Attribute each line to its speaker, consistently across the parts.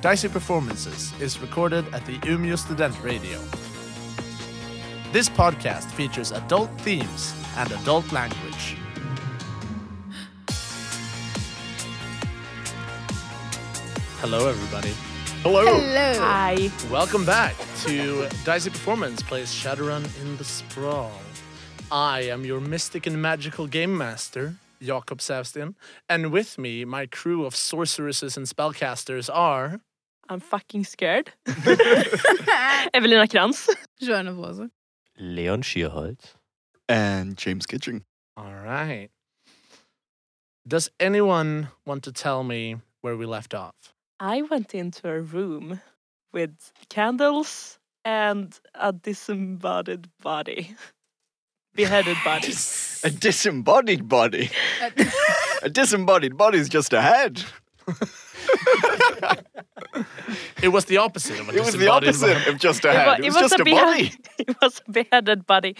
Speaker 1: Dicey Performances is recorded at the Umeå Student Radio. This podcast features adult themes and adult language. Hello, everybody. Hello.
Speaker 2: Hello.
Speaker 3: Hi.
Speaker 1: Welcome back to Dicey Performance plays Shadowrun in the Sprawl. I am your mystic and magical game master, Jakob Savsten, and with me, my crew of sorceresses and spellcasters are.
Speaker 3: I'm fucking scared. Evelina Krantz.
Speaker 2: Joanna Våse.
Speaker 4: Leon Schierholz.
Speaker 5: and James Kitching.
Speaker 1: All right. Does anyone want to tell me where we left off?
Speaker 3: I went into a room with candles and a disembodied body. Beheaded body.
Speaker 5: A disembodied body. A disembodied body is just a head.
Speaker 1: It was the opposite of a
Speaker 5: It was the
Speaker 1: disembodied
Speaker 5: opposite
Speaker 1: voice.
Speaker 5: of just a
Speaker 3: It wa-
Speaker 5: head. It was, just a
Speaker 3: behe-
Speaker 5: body.
Speaker 3: It was a beheaded body.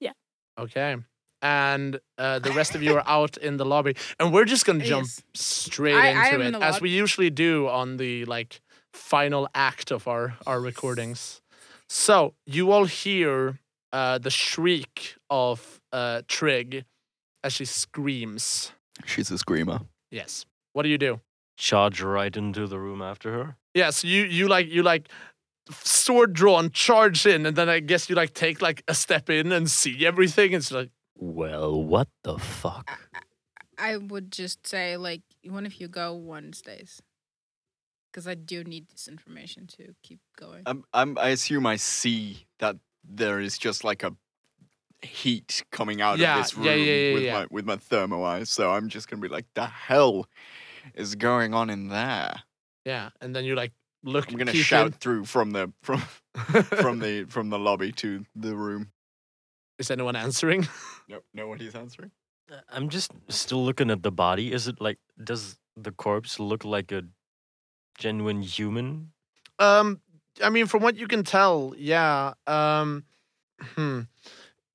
Speaker 1: Okay. And uh, the rest of you are out in the lobby, and we're just gonna jump
Speaker 2: Yes.
Speaker 1: straight
Speaker 2: I- I
Speaker 1: into
Speaker 2: am
Speaker 1: it
Speaker 2: in the
Speaker 1: as
Speaker 2: lobby.
Speaker 1: we usually do on the like final act of our our recordings. So you all hear uh, the shriek of uh, Trig as she screams.
Speaker 5: She's a screamer.
Speaker 1: Yes. What do you do?
Speaker 4: Charge right into the room after her.
Speaker 1: Yes, you you like you like sword drawn, charge in, and then I guess you like take like a step in and see everything. It's like
Speaker 4: Well, what the fuck?
Speaker 2: I would just say, like, one of you go, one stays. Because I do need this information to keep going.
Speaker 5: I'm, Um, I'm, I assume I see that there is just like a heat coming out
Speaker 1: Yeah,
Speaker 5: of this room
Speaker 1: yeah, yeah, yeah,
Speaker 5: with,
Speaker 1: yeah.
Speaker 5: My, with my thermo eyes. So I'm just going to be like, the hell is going on in there?
Speaker 1: yeah, and then you like look.
Speaker 5: I'm going to
Speaker 1: peek in.
Speaker 5: shout through from the from from the from the lobby to the room.
Speaker 1: Is anyone answering?
Speaker 5: No, nobody's answering.
Speaker 4: Uh, I'm just still looking at the body. Is it like, does the corpse look like a genuine human?
Speaker 1: Um, I mean, from what you can tell, yeah. Um, hmm.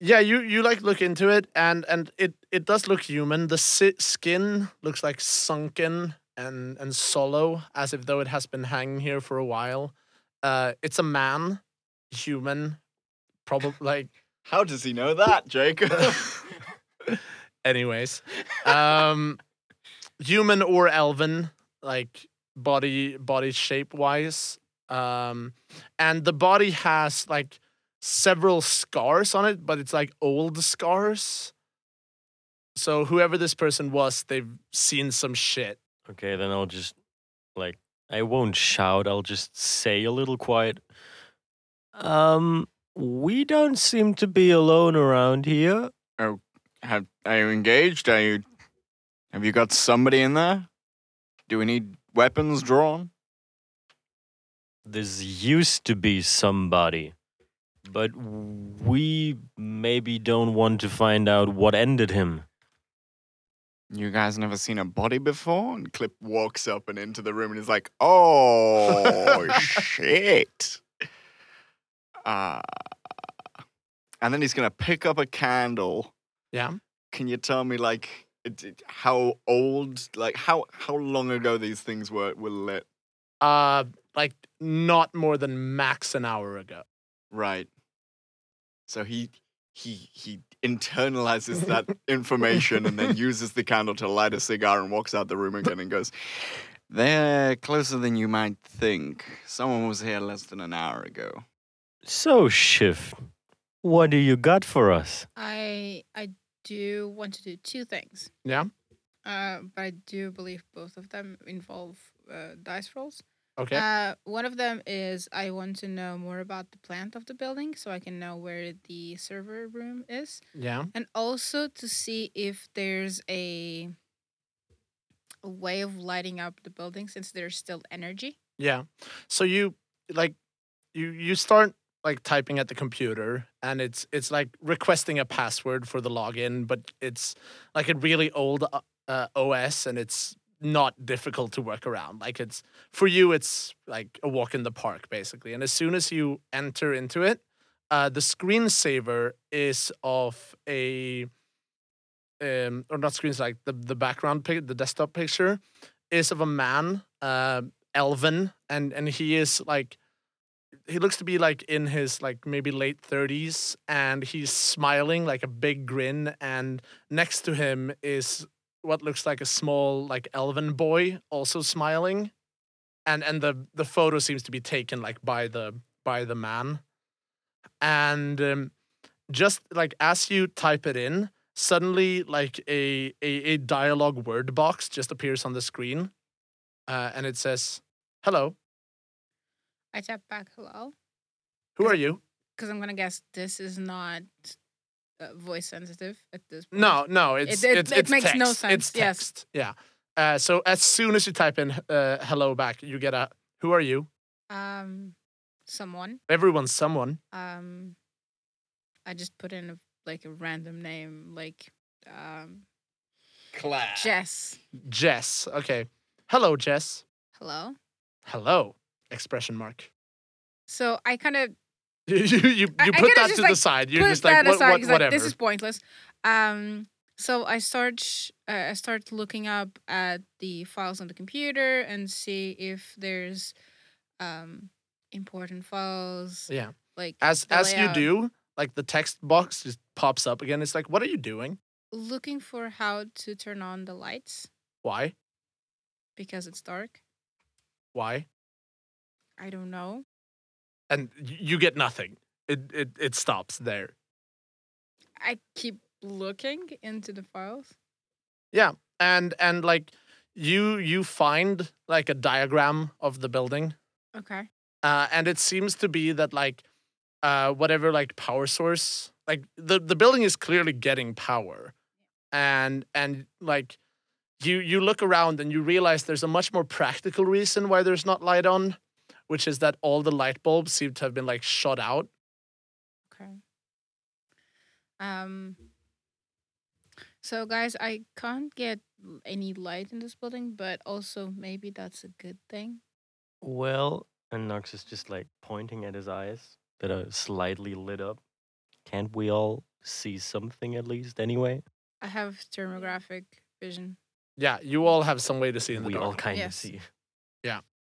Speaker 1: Yeah, you you like look into it, and and it it does look human. The si- skin looks like sunken and and hollow, as if though it has been hanging here for a while. Uh, it's a man, human, probably like.
Speaker 5: How does he know that, Jacob?
Speaker 1: Anyways, um, human or elven, like body body shape wise, um, and the body has like several scars on it, but it's like old scars. So whoever this person was, they've seen some shit.
Speaker 4: Okay, then I'll just, like, I won't shout. I'll just say a little quiet. Um, we don't seem to be alone around here.
Speaker 5: Have are you engaged? Are you have you got somebody in there? Do we need weapons drawn?
Speaker 4: This used to be somebody, but we maybe don't want to find out what ended him.
Speaker 5: You guys never seen a body before? And Clip walks up and into the room and is like, "Oh shit!" Uh, and then he's gonna pick up a candle.
Speaker 1: Yeah.
Speaker 5: Can you tell me like it, it- how old, like how how long ago these things were were lit?
Speaker 1: Uh, like not more than max an hour ago.
Speaker 5: Right. So he he he internalizes that information and then uses the candle to light a cigar and walks out the room again and goes, "They're closer than you might think. Someone was here less than an hour ago."
Speaker 4: So, Shift, what do you got for us?
Speaker 2: I I do want to do two things.
Speaker 1: Yeah.
Speaker 2: Uh, but I do believe both of them involve uh, dice rolls.
Speaker 1: Okay.
Speaker 2: Uh, one of them is I want to know more about the plant of the building so I can know where the server room is.
Speaker 1: yeah.
Speaker 2: and also to see if there's a, a way of lighting up the building since there's still energy.
Speaker 1: Yeah. So you like you you start like typing at the computer and it's it's like requesting a password for the login, but it's like a really old uh, uh, OS and it's not difficult to work around. Like it's for you it's like a walk in the park basically. And as soon as you enter into it, uh the screensaver is of a um or not screens like the the background pic the desktop picture is of a man uh elven and and he is like he looks to be like in his like maybe late 30s and he's smiling like a big grin and next to him is what looks like a small like elven boy also smiling and and the the photo seems to be taken like by the by the man and um, just like as you type it in suddenly like a a, a dialogue word box just appears on the screen uh, and it says hello
Speaker 2: I tap back hello
Speaker 1: who are you
Speaker 2: because I'm gonna guess this is not uh, voice sensitive at this point.
Speaker 1: No, no, it's
Speaker 2: it-
Speaker 1: it's,
Speaker 2: it
Speaker 1: it's
Speaker 2: makes no
Speaker 1: text.
Speaker 2: sense,
Speaker 1: It's
Speaker 2: yes.
Speaker 1: text. Yeah. Uh, so as soon as you type in uh, "hello" back, you get a "Who are you?"
Speaker 2: Um, someone.
Speaker 1: Everyone's someone.
Speaker 2: Um, I just put in a, like a random name, like um,
Speaker 5: Class.
Speaker 2: Jess.
Speaker 1: Jess. Okay. Hello, Jess.
Speaker 2: Hello.
Speaker 1: Hello. Expression mark.
Speaker 2: So I kind of
Speaker 1: You you you,
Speaker 2: I-
Speaker 1: you put
Speaker 2: I kinda
Speaker 1: that
Speaker 2: just,
Speaker 1: to the
Speaker 2: like,
Speaker 1: side. You're
Speaker 2: put
Speaker 1: just like
Speaker 2: that
Speaker 1: what,
Speaker 2: aside
Speaker 1: what,
Speaker 2: 'cause,
Speaker 1: whatever.
Speaker 2: like, this is pointless. Um, so I start uh, I start looking up at the files on the computer and see if there's um important files
Speaker 1: yeah.
Speaker 2: like
Speaker 1: As
Speaker 2: the
Speaker 1: as you
Speaker 2: layout.
Speaker 1: do, like the text box just pops up again. It's like, what are you doing?
Speaker 2: looking for how to turn on the lights
Speaker 1: Why?
Speaker 2: because it's dark.
Speaker 1: Why?
Speaker 2: I don't know.
Speaker 1: And y- you get nothing. It it it stops there.
Speaker 2: I keep looking into the files.
Speaker 1: and and like you you find like a diagram of the building
Speaker 2: Okay.
Speaker 1: uh, and it seems to be that like uh, whatever like power source like the, the building is clearly getting power and and like you you look around and you realize there's a much more practical reason why there's not light on which is that all the light bulbs seem to have been like shot out
Speaker 2: Okay. Um. So, guys, I can't get l- any light in this building, but also maybe that's a good thing.
Speaker 4: Well, and Nox is just like pointing at his eyes that are slightly lit up. Can't we all see something at least anyway?
Speaker 2: I have thermographic vision.
Speaker 1: yeah you all have some way to see in the
Speaker 4: we
Speaker 1: dark
Speaker 4: all kind of
Speaker 2: Yes.
Speaker 4: see.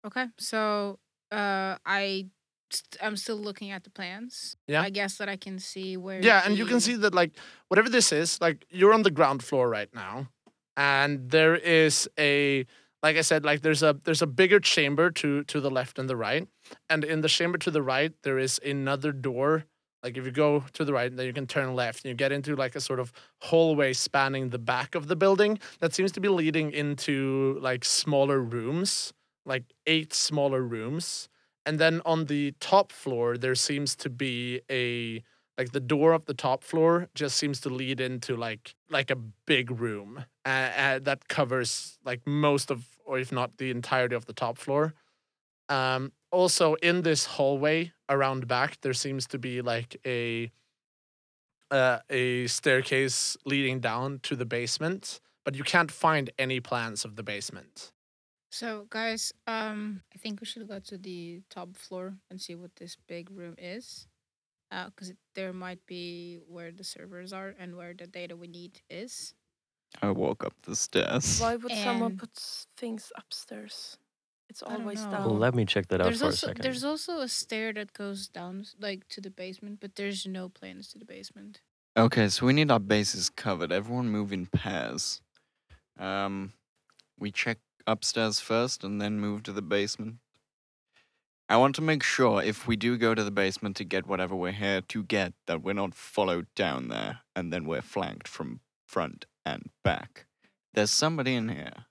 Speaker 2: Okay, so uh, I st- I'm still looking at the plans.
Speaker 1: Yeah.
Speaker 2: I guess that I can see where.
Speaker 1: Yeah, and you can
Speaker 2: the-
Speaker 1: see that like whatever this is, like you're on the ground floor right now, and there is a like I said, like there's a there's a bigger chamber to to the left and the right, and in the chamber to the right there is another door. Like if you go to the right, then you can turn left, and you get into like a sort of hallway spanning the back of the building that seems to be leading into like smaller rooms, like eight smaller rooms. And then on the top floor, there seems to be a like the door of the top floor just seems to lead into like like a big room uh, uh, that covers like most of or if not the entirety of the top floor um also in this hallway around back there seems to be like a uh, a staircase leading down to the basement but you can't find any plans of the basement
Speaker 2: So, guys, um, I think we should go to the top floor and see what this big room is, because there might be where the servers are and where the data we need is.
Speaker 5: I walk up the stairs.
Speaker 3: Why would someone
Speaker 2: And-
Speaker 3: put s- things upstairs? It's
Speaker 2: I don't
Speaker 3: always
Speaker 2: know.
Speaker 3: down.
Speaker 2: Um,
Speaker 4: Let me check that out
Speaker 2: there's
Speaker 4: for
Speaker 2: also
Speaker 4: a second.
Speaker 2: there's also a stair that goes down s- like to the basement, but there's no plans to the basement.
Speaker 5: Okay, so we need our bases covered. Everyone move in pairs. Um, we check upstairs first and then move to the basement. I want to make sure if we do go to the basement to get whatever we're here to get, that we're not followed down there and then we're flanked from front and back. There's somebody in here.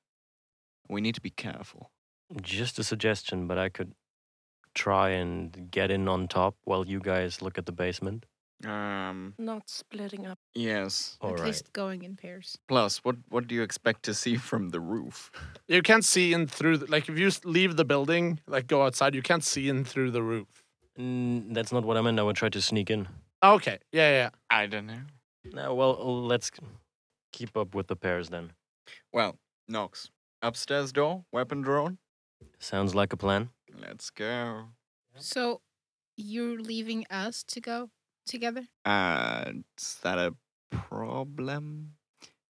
Speaker 5: We need to be careful.
Speaker 4: Just a suggestion, but I could try and get in on top while you guys look at the basement.
Speaker 5: Um,
Speaker 3: Not splitting up.
Speaker 5: yes.
Speaker 4: All
Speaker 2: At
Speaker 4: right.
Speaker 2: least going in pairs.
Speaker 5: Plus, what what do you expect to see from the roof?
Speaker 1: you can't see in through the, like if you s- leave the building like go outside you can't see in through the roof
Speaker 4: Mm, that's not what I meant. I would try to sneak in.
Speaker 1: okay yeah yeah, yeah
Speaker 5: I don't know.
Speaker 4: No, well, let's keep up with the pairs then.
Speaker 5: Well, Knox. Upstairs door, weapon drawn.
Speaker 4: Sounds like a plan.
Speaker 5: Let's go.
Speaker 2: So, you're leaving us to go together.
Speaker 5: Uh, is that a problem?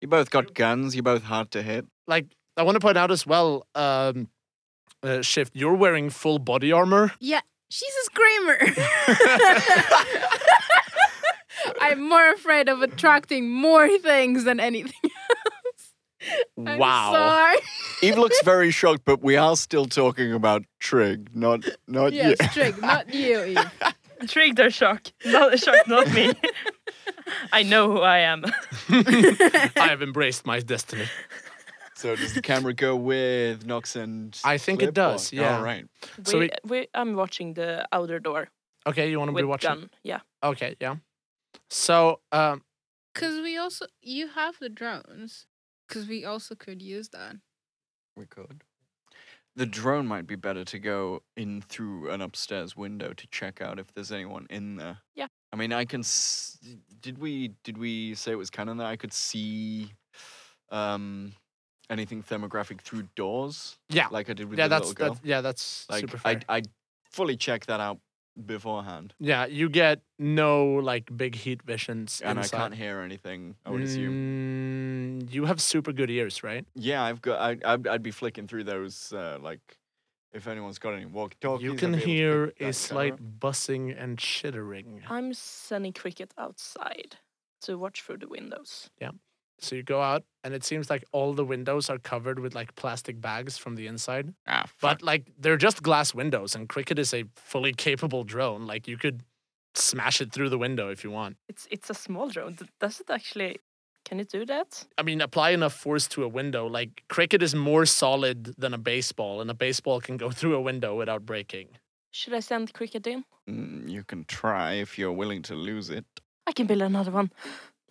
Speaker 5: You both got guns. You both hard to hit.
Speaker 1: like I want to point out as well um, uh, shift, you're wearing full body armor.
Speaker 2: She's a screamer. I'm more afraid of attracting more things than anything. I'm
Speaker 1: wow.
Speaker 2: Sorry.
Speaker 5: Eve looks very shocked, but we are still talking about Trig, not not
Speaker 2: Yes,
Speaker 5: you.
Speaker 2: Trig, not you, Eve.
Speaker 3: Trigged or shock? Not shock, not me. I know who I am.
Speaker 1: I have embraced my destiny.
Speaker 5: So does the camera go with Nox and?
Speaker 1: I think it
Speaker 5: Clip
Speaker 1: does,
Speaker 5: or-
Speaker 1: yeah.
Speaker 5: All right.
Speaker 1: So
Speaker 3: we, we, I'm watching the outer door
Speaker 1: Okay, you want to be
Speaker 3: with
Speaker 1: watching?
Speaker 3: gun. Yeah.
Speaker 1: Okay, yeah. So, um,
Speaker 2: Because we also, you have the drones. Because we also could use that.
Speaker 5: We could. The drone might be better to go in through an upstairs window to check out if there's anyone in there.
Speaker 3: Yeah.
Speaker 5: I mean, I can. S- did we did we say it was canon that I could see, um, anything thermographic through doors
Speaker 1: yeah,
Speaker 5: like I did with
Speaker 1: Ah. yeah,
Speaker 5: the
Speaker 1: that's
Speaker 5: little girl?
Speaker 1: that's yeah, that's
Speaker 5: like
Speaker 1: super fair.
Speaker 5: I I fully check that out beforehand,
Speaker 1: yeah, you get no like big heat visions,
Speaker 5: and
Speaker 1: inside.
Speaker 5: I can't hear Oh, anything. I would assume.
Speaker 1: Mm, you have super good ears, right?
Speaker 5: Yeah, I've got. I I'd, I'd be flicking through those uh, like. If anyone's got any walkie-talkies,
Speaker 1: you
Speaker 5: I'd
Speaker 1: can
Speaker 5: be able to
Speaker 1: hear
Speaker 5: pick
Speaker 1: a
Speaker 5: that
Speaker 1: slight
Speaker 5: kinda
Speaker 1: buzzing and chittering.
Speaker 3: I'm sending Cricket outside to watch through the windows.
Speaker 1: So you go out, and it seems like all the windows are covered with like plastic bags from the inside.
Speaker 5: up. Ah, fuck.
Speaker 1: But like they're just glass windows, and Cricket is a fully capable drone. Like you could smash it through the window if you want.
Speaker 3: It's it's a small drone. D- Does it actually? Can it do that?
Speaker 1: I mean, apply enough force to a window. Like Cricket is more solid than a baseball, and a baseball can go through a window without breaking.
Speaker 3: Should I send Cricket in?
Speaker 5: Mm, you can try if you're willing to lose it.
Speaker 3: I can build another one.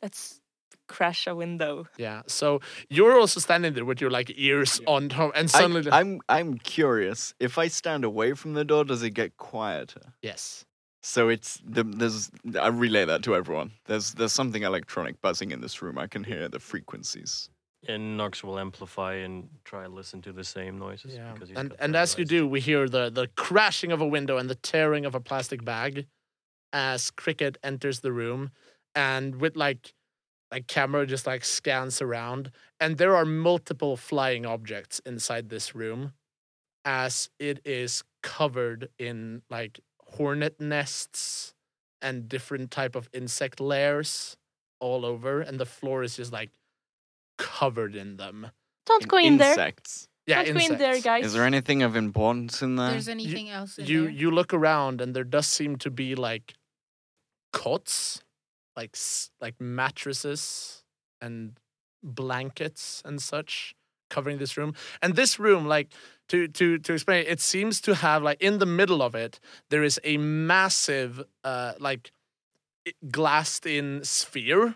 Speaker 3: Let's crash a window.
Speaker 1: Yeah. So you're also standing there with your like ears
Speaker 5: Yeah.
Speaker 1: on top, and suddenly, the-
Speaker 5: I, am I'm curious. If I stand away from the door, does it get quieter?
Speaker 1: yes.
Speaker 5: So it's the, there's I relay that to everyone. There's there's something electronic buzzing in this room. I can hear the frequencies.
Speaker 4: And Nox will amplify and try and listen to the same noises.
Speaker 1: Yeah.
Speaker 4: Because he's
Speaker 1: And
Speaker 4: got
Speaker 1: and as you
Speaker 4: terrorized.
Speaker 1: do, we hear the the crashing of a window and the tearing of a plastic bag as Cricket enters the room and with like like camera just like scans around and there are multiple flying objects inside this room as it is covered in like hornet nests and different type of insect lairs all over and the floor is just like covered in them.
Speaker 3: Don't go in there.
Speaker 5: Insects.
Speaker 1: Yeah,
Speaker 3: Don't go in there,
Speaker 1: insects.
Speaker 3: guys.
Speaker 5: Is there anything of importance in there?
Speaker 2: There's anything else in
Speaker 1: Uh, you
Speaker 2: there?
Speaker 1: you look around and there does seem to be like cots like s- like mattresses and blankets and such covering this room and this room like to to to explain it, it seems to have like in the middle of it there is a massive uh like glassed in sphere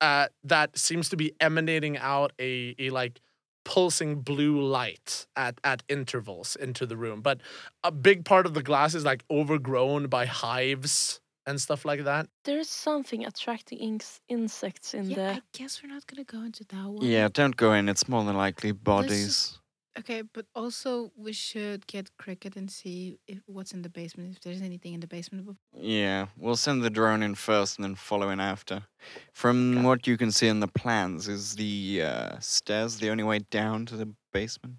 Speaker 1: uh that seems to be emanating out a, a like pulsing blue light at at intervals into the room but a big part of the glass is like overgrown by hives and stuff like that
Speaker 3: There's something attracting inks, insects in
Speaker 2: yeah,
Speaker 3: there.
Speaker 2: I guess we're not going to go into that one.
Speaker 5: Yeah, don't go in. It's more than likely bodies.
Speaker 2: Okay, but also we should get cricket and see if what's in the basement. If there's anything in the basement, But
Speaker 5: Yeah, we'll send the drone in first and then follow in after. From what you can see in the plans, is the uh, stairs the only way down to the basement?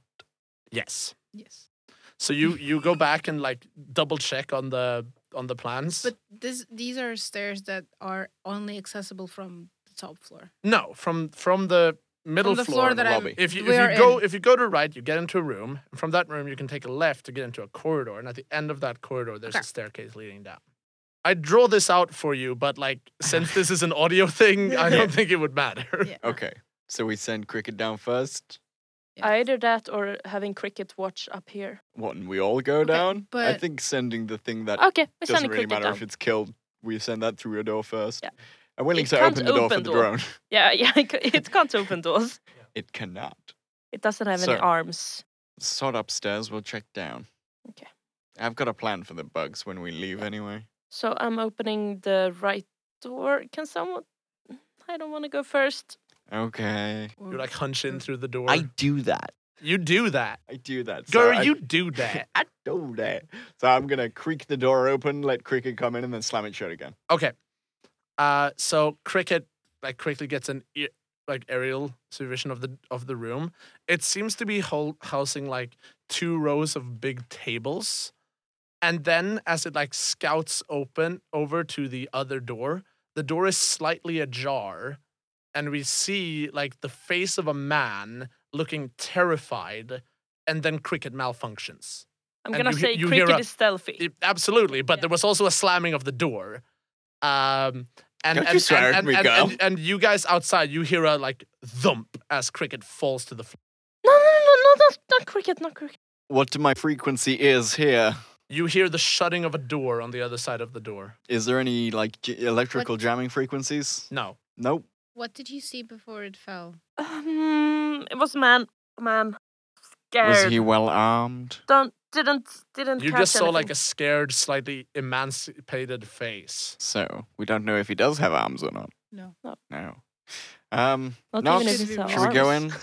Speaker 1: yes
Speaker 2: yes.
Speaker 1: so you you go back and like double check on the on the plans
Speaker 2: But this these are stairs that are only accessible from the top floor.
Speaker 1: no from from the middle
Speaker 2: from the
Speaker 1: floor,
Speaker 2: floor,
Speaker 1: in
Speaker 2: that
Speaker 1: the
Speaker 2: I'm
Speaker 1: lobby. if you,
Speaker 2: we
Speaker 1: if
Speaker 2: are
Speaker 1: you go
Speaker 2: in.
Speaker 1: if you go to right you get into a room and from that room you can take a left to get into a corridor and at the end of that corridor there's a
Speaker 2: Okay.
Speaker 1: staircase leading down i draw this out for you but like since this is an audio thing i don't think it would matter
Speaker 2: Yeah.
Speaker 5: Okay, so we send Cricket down first.
Speaker 2: Yeah.
Speaker 3: Either that or having Cricket watch up here.
Speaker 5: What, and we all go
Speaker 2: Okay,
Speaker 5: down? I
Speaker 2: but-
Speaker 5: think sending the thing that
Speaker 3: Okay, we're
Speaker 5: doesn't
Speaker 3: sending
Speaker 5: really
Speaker 3: Cricket
Speaker 5: matter
Speaker 3: down.
Speaker 5: if it's killed, we send that through a door first.
Speaker 3: Yeah.
Speaker 5: I'm willing
Speaker 3: It
Speaker 5: to
Speaker 3: can't
Speaker 5: open the door for
Speaker 3: open
Speaker 5: the
Speaker 3: door.
Speaker 5: drone.
Speaker 3: Yeah, yeah, it c- it can't open doors.
Speaker 5: It cannot.
Speaker 3: It doesn't have any
Speaker 5: So-
Speaker 3: arms.
Speaker 5: Sod upstairs, we'll check down.
Speaker 3: Okay.
Speaker 5: I've got a plan for the bugs when we leave anyway.
Speaker 3: So I'm opening the right door. Can someone? I don't want to go first.
Speaker 5: Okay.
Speaker 2: Or-
Speaker 1: you like hunch
Speaker 2: Mm.
Speaker 1: in through the door
Speaker 5: do that.
Speaker 1: you do that
Speaker 5: I do that. so
Speaker 1: girl
Speaker 5: I-
Speaker 1: you do that
Speaker 5: I do that. So I'm gonna creak the door open, let Cricket come in, and then slam it shut again.
Speaker 1: Okay. Uh, so cricket like quickly gets an ear, like aerial supervision of the of the room, it seems to be hol- housing like two rows of big tables, and then as it like scouts open over to the other door, the door is slightly ajar, and we see like the face of a man looking terrified, and then cricket malfunctions.
Speaker 3: I'm
Speaker 1: And
Speaker 3: gonna
Speaker 1: you he-
Speaker 3: say
Speaker 1: you hear a-
Speaker 3: cricket is stealthy.
Speaker 1: It- absolutely, but
Speaker 2: Yeah.
Speaker 1: there was also a slamming of the door. Um, and,
Speaker 5: Don't
Speaker 1: and,
Speaker 5: you swear at
Speaker 1: and,
Speaker 5: me,
Speaker 1: and,
Speaker 5: girl.
Speaker 1: and- and you guys outside, you hear a like thump as cricket falls to the floor.
Speaker 3: No, no, no, no, not, not cricket, not cricket.
Speaker 5: What do my frequency ears hear?
Speaker 1: You hear the shutting of a door on the other side of the door.
Speaker 5: Is there any like j- electrical jamming frequencies?
Speaker 1: No,
Speaker 5: Nope.
Speaker 2: What did you see before it fell?
Speaker 3: Um, it was a man. A man.
Speaker 5: Was
Speaker 3: Scared.
Speaker 5: he well armed?
Speaker 3: Don't didn't didn't.
Speaker 1: you
Speaker 3: catch
Speaker 1: just saw like a
Speaker 3: anything.
Speaker 1: scared, slightly emancipated face.
Speaker 5: So we don't know if he does have arms or not.
Speaker 2: No.
Speaker 3: No.
Speaker 5: No. Um.
Speaker 3: Not
Speaker 5: Nox,
Speaker 3: even if it's
Speaker 2: Should
Speaker 5: should we go in?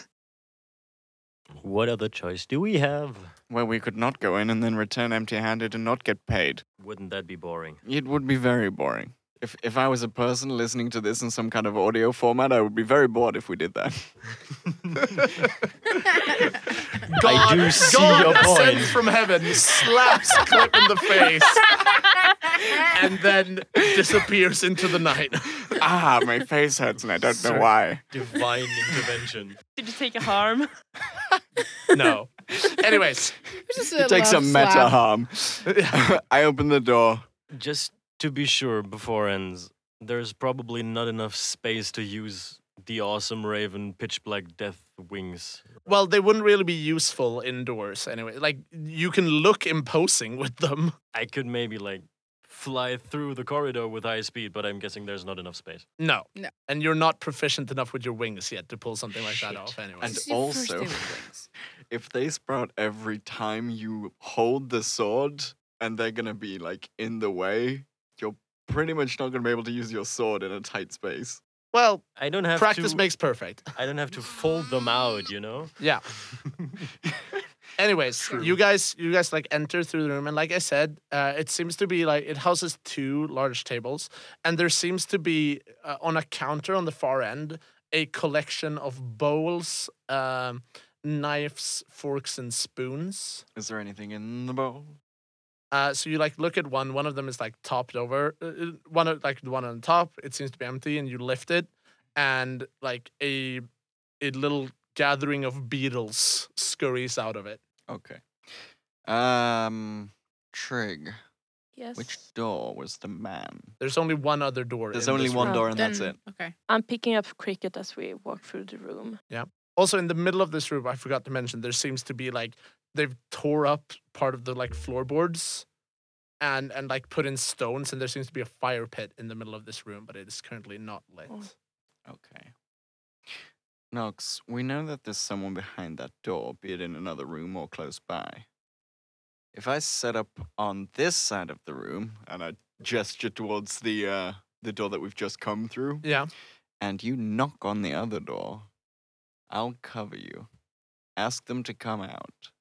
Speaker 4: What other choice do we have?
Speaker 5: Well, we could not go in and then return empty-handed and not get paid.
Speaker 4: Wouldn't that be boring?
Speaker 5: It would be very boring. If if I was a person listening to this in some kind of audio format, I would be very bored if we did that.
Speaker 4: I do see your
Speaker 1: sent
Speaker 4: point.
Speaker 1: from heaven slaps Clip in the face and then disappears into the night.
Speaker 5: ah, my face hurts and I don't know
Speaker 4: Sorry.
Speaker 5: why.
Speaker 4: Divine intervention.
Speaker 3: Did you take a harm?
Speaker 1: No. Anyways,
Speaker 2: Just
Speaker 5: It takes a
Speaker 2: love
Speaker 5: meta
Speaker 2: slap.
Speaker 5: harm. I open the door.
Speaker 4: Just to be sure, before ends, there's probably not enough space to use the awesome Raven pitch black death wings.
Speaker 1: well, they wouldn't really be useful indoors anyway. Like, you can look imposing with them.
Speaker 4: I could maybe like fly through the corridor with high speed, but I'm guessing there's not enough space.
Speaker 1: No.
Speaker 2: No.
Speaker 1: And you're not proficient enough with your wings yet to pull something like that off anyway.
Speaker 5: And
Speaker 2: This is your first
Speaker 5: also-
Speaker 2: day with wings.
Speaker 5: If they sprout every time you hold the sword and they're gonna be like in the way, you're pretty much not gonna be able to use your sword in a tight space.
Speaker 1: well,
Speaker 4: I don't have
Speaker 1: practice
Speaker 4: to,
Speaker 1: makes perfect.
Speaker 4: I don't have to fold them out, you know?
Speaker 1: Yeah. Anyways,
Speaker 4: True.
Speaker 1: you guys, you guys like enter through the room, and like I said, uh, it seems to be like it houses two large tables, and there seems to be uh, on a counter on the far end a collection of bowls, um, knives, forks, and spoons.
Speaker 5: Is there anything in the bowl?
Speaker 1: Uh, so you like look at one. One of them is like topped over. uh, uh, One of like the one on top. It seems to be empty, and you lift it, and like a a little gathering of beetles scurries out of it.
Speaker 5: Okay. Um, Trig.
Speaker 3: Yes.
Speaker 5: Which door was the man?
Speaker 1: There's only one other door.
Speaker 5: There's
Speaker 1: in
Speaker 5: only
Speaker 1: this
Speaker 5: one
Speaker 1: room.
Speaker 5: door and that's
Speaker 2: Then-
Speaker 5: it.
Speaker 2: Okay.
Speaker 3: I'm picking up cricket as we walk through the room.
Speaker 1: Also, in the middle of this room, I forgot to mention there seems to be like they've tore up part of the like floorboards, and and like put in stones, and there seems to be a fire pit in the middle of this room, but it is currently not lit.
Speaker 3: Oh.
Speaker 5: Okay. Nox, we know that there's someone behind that door, be it in another room or close by. If I set up on this side of the room and I gesture towards the uh, the door that we've just come through,
Speaker 1: Yeah.
Speaker 5: and you knock on the other door, I'll cover you. Ask them to come out.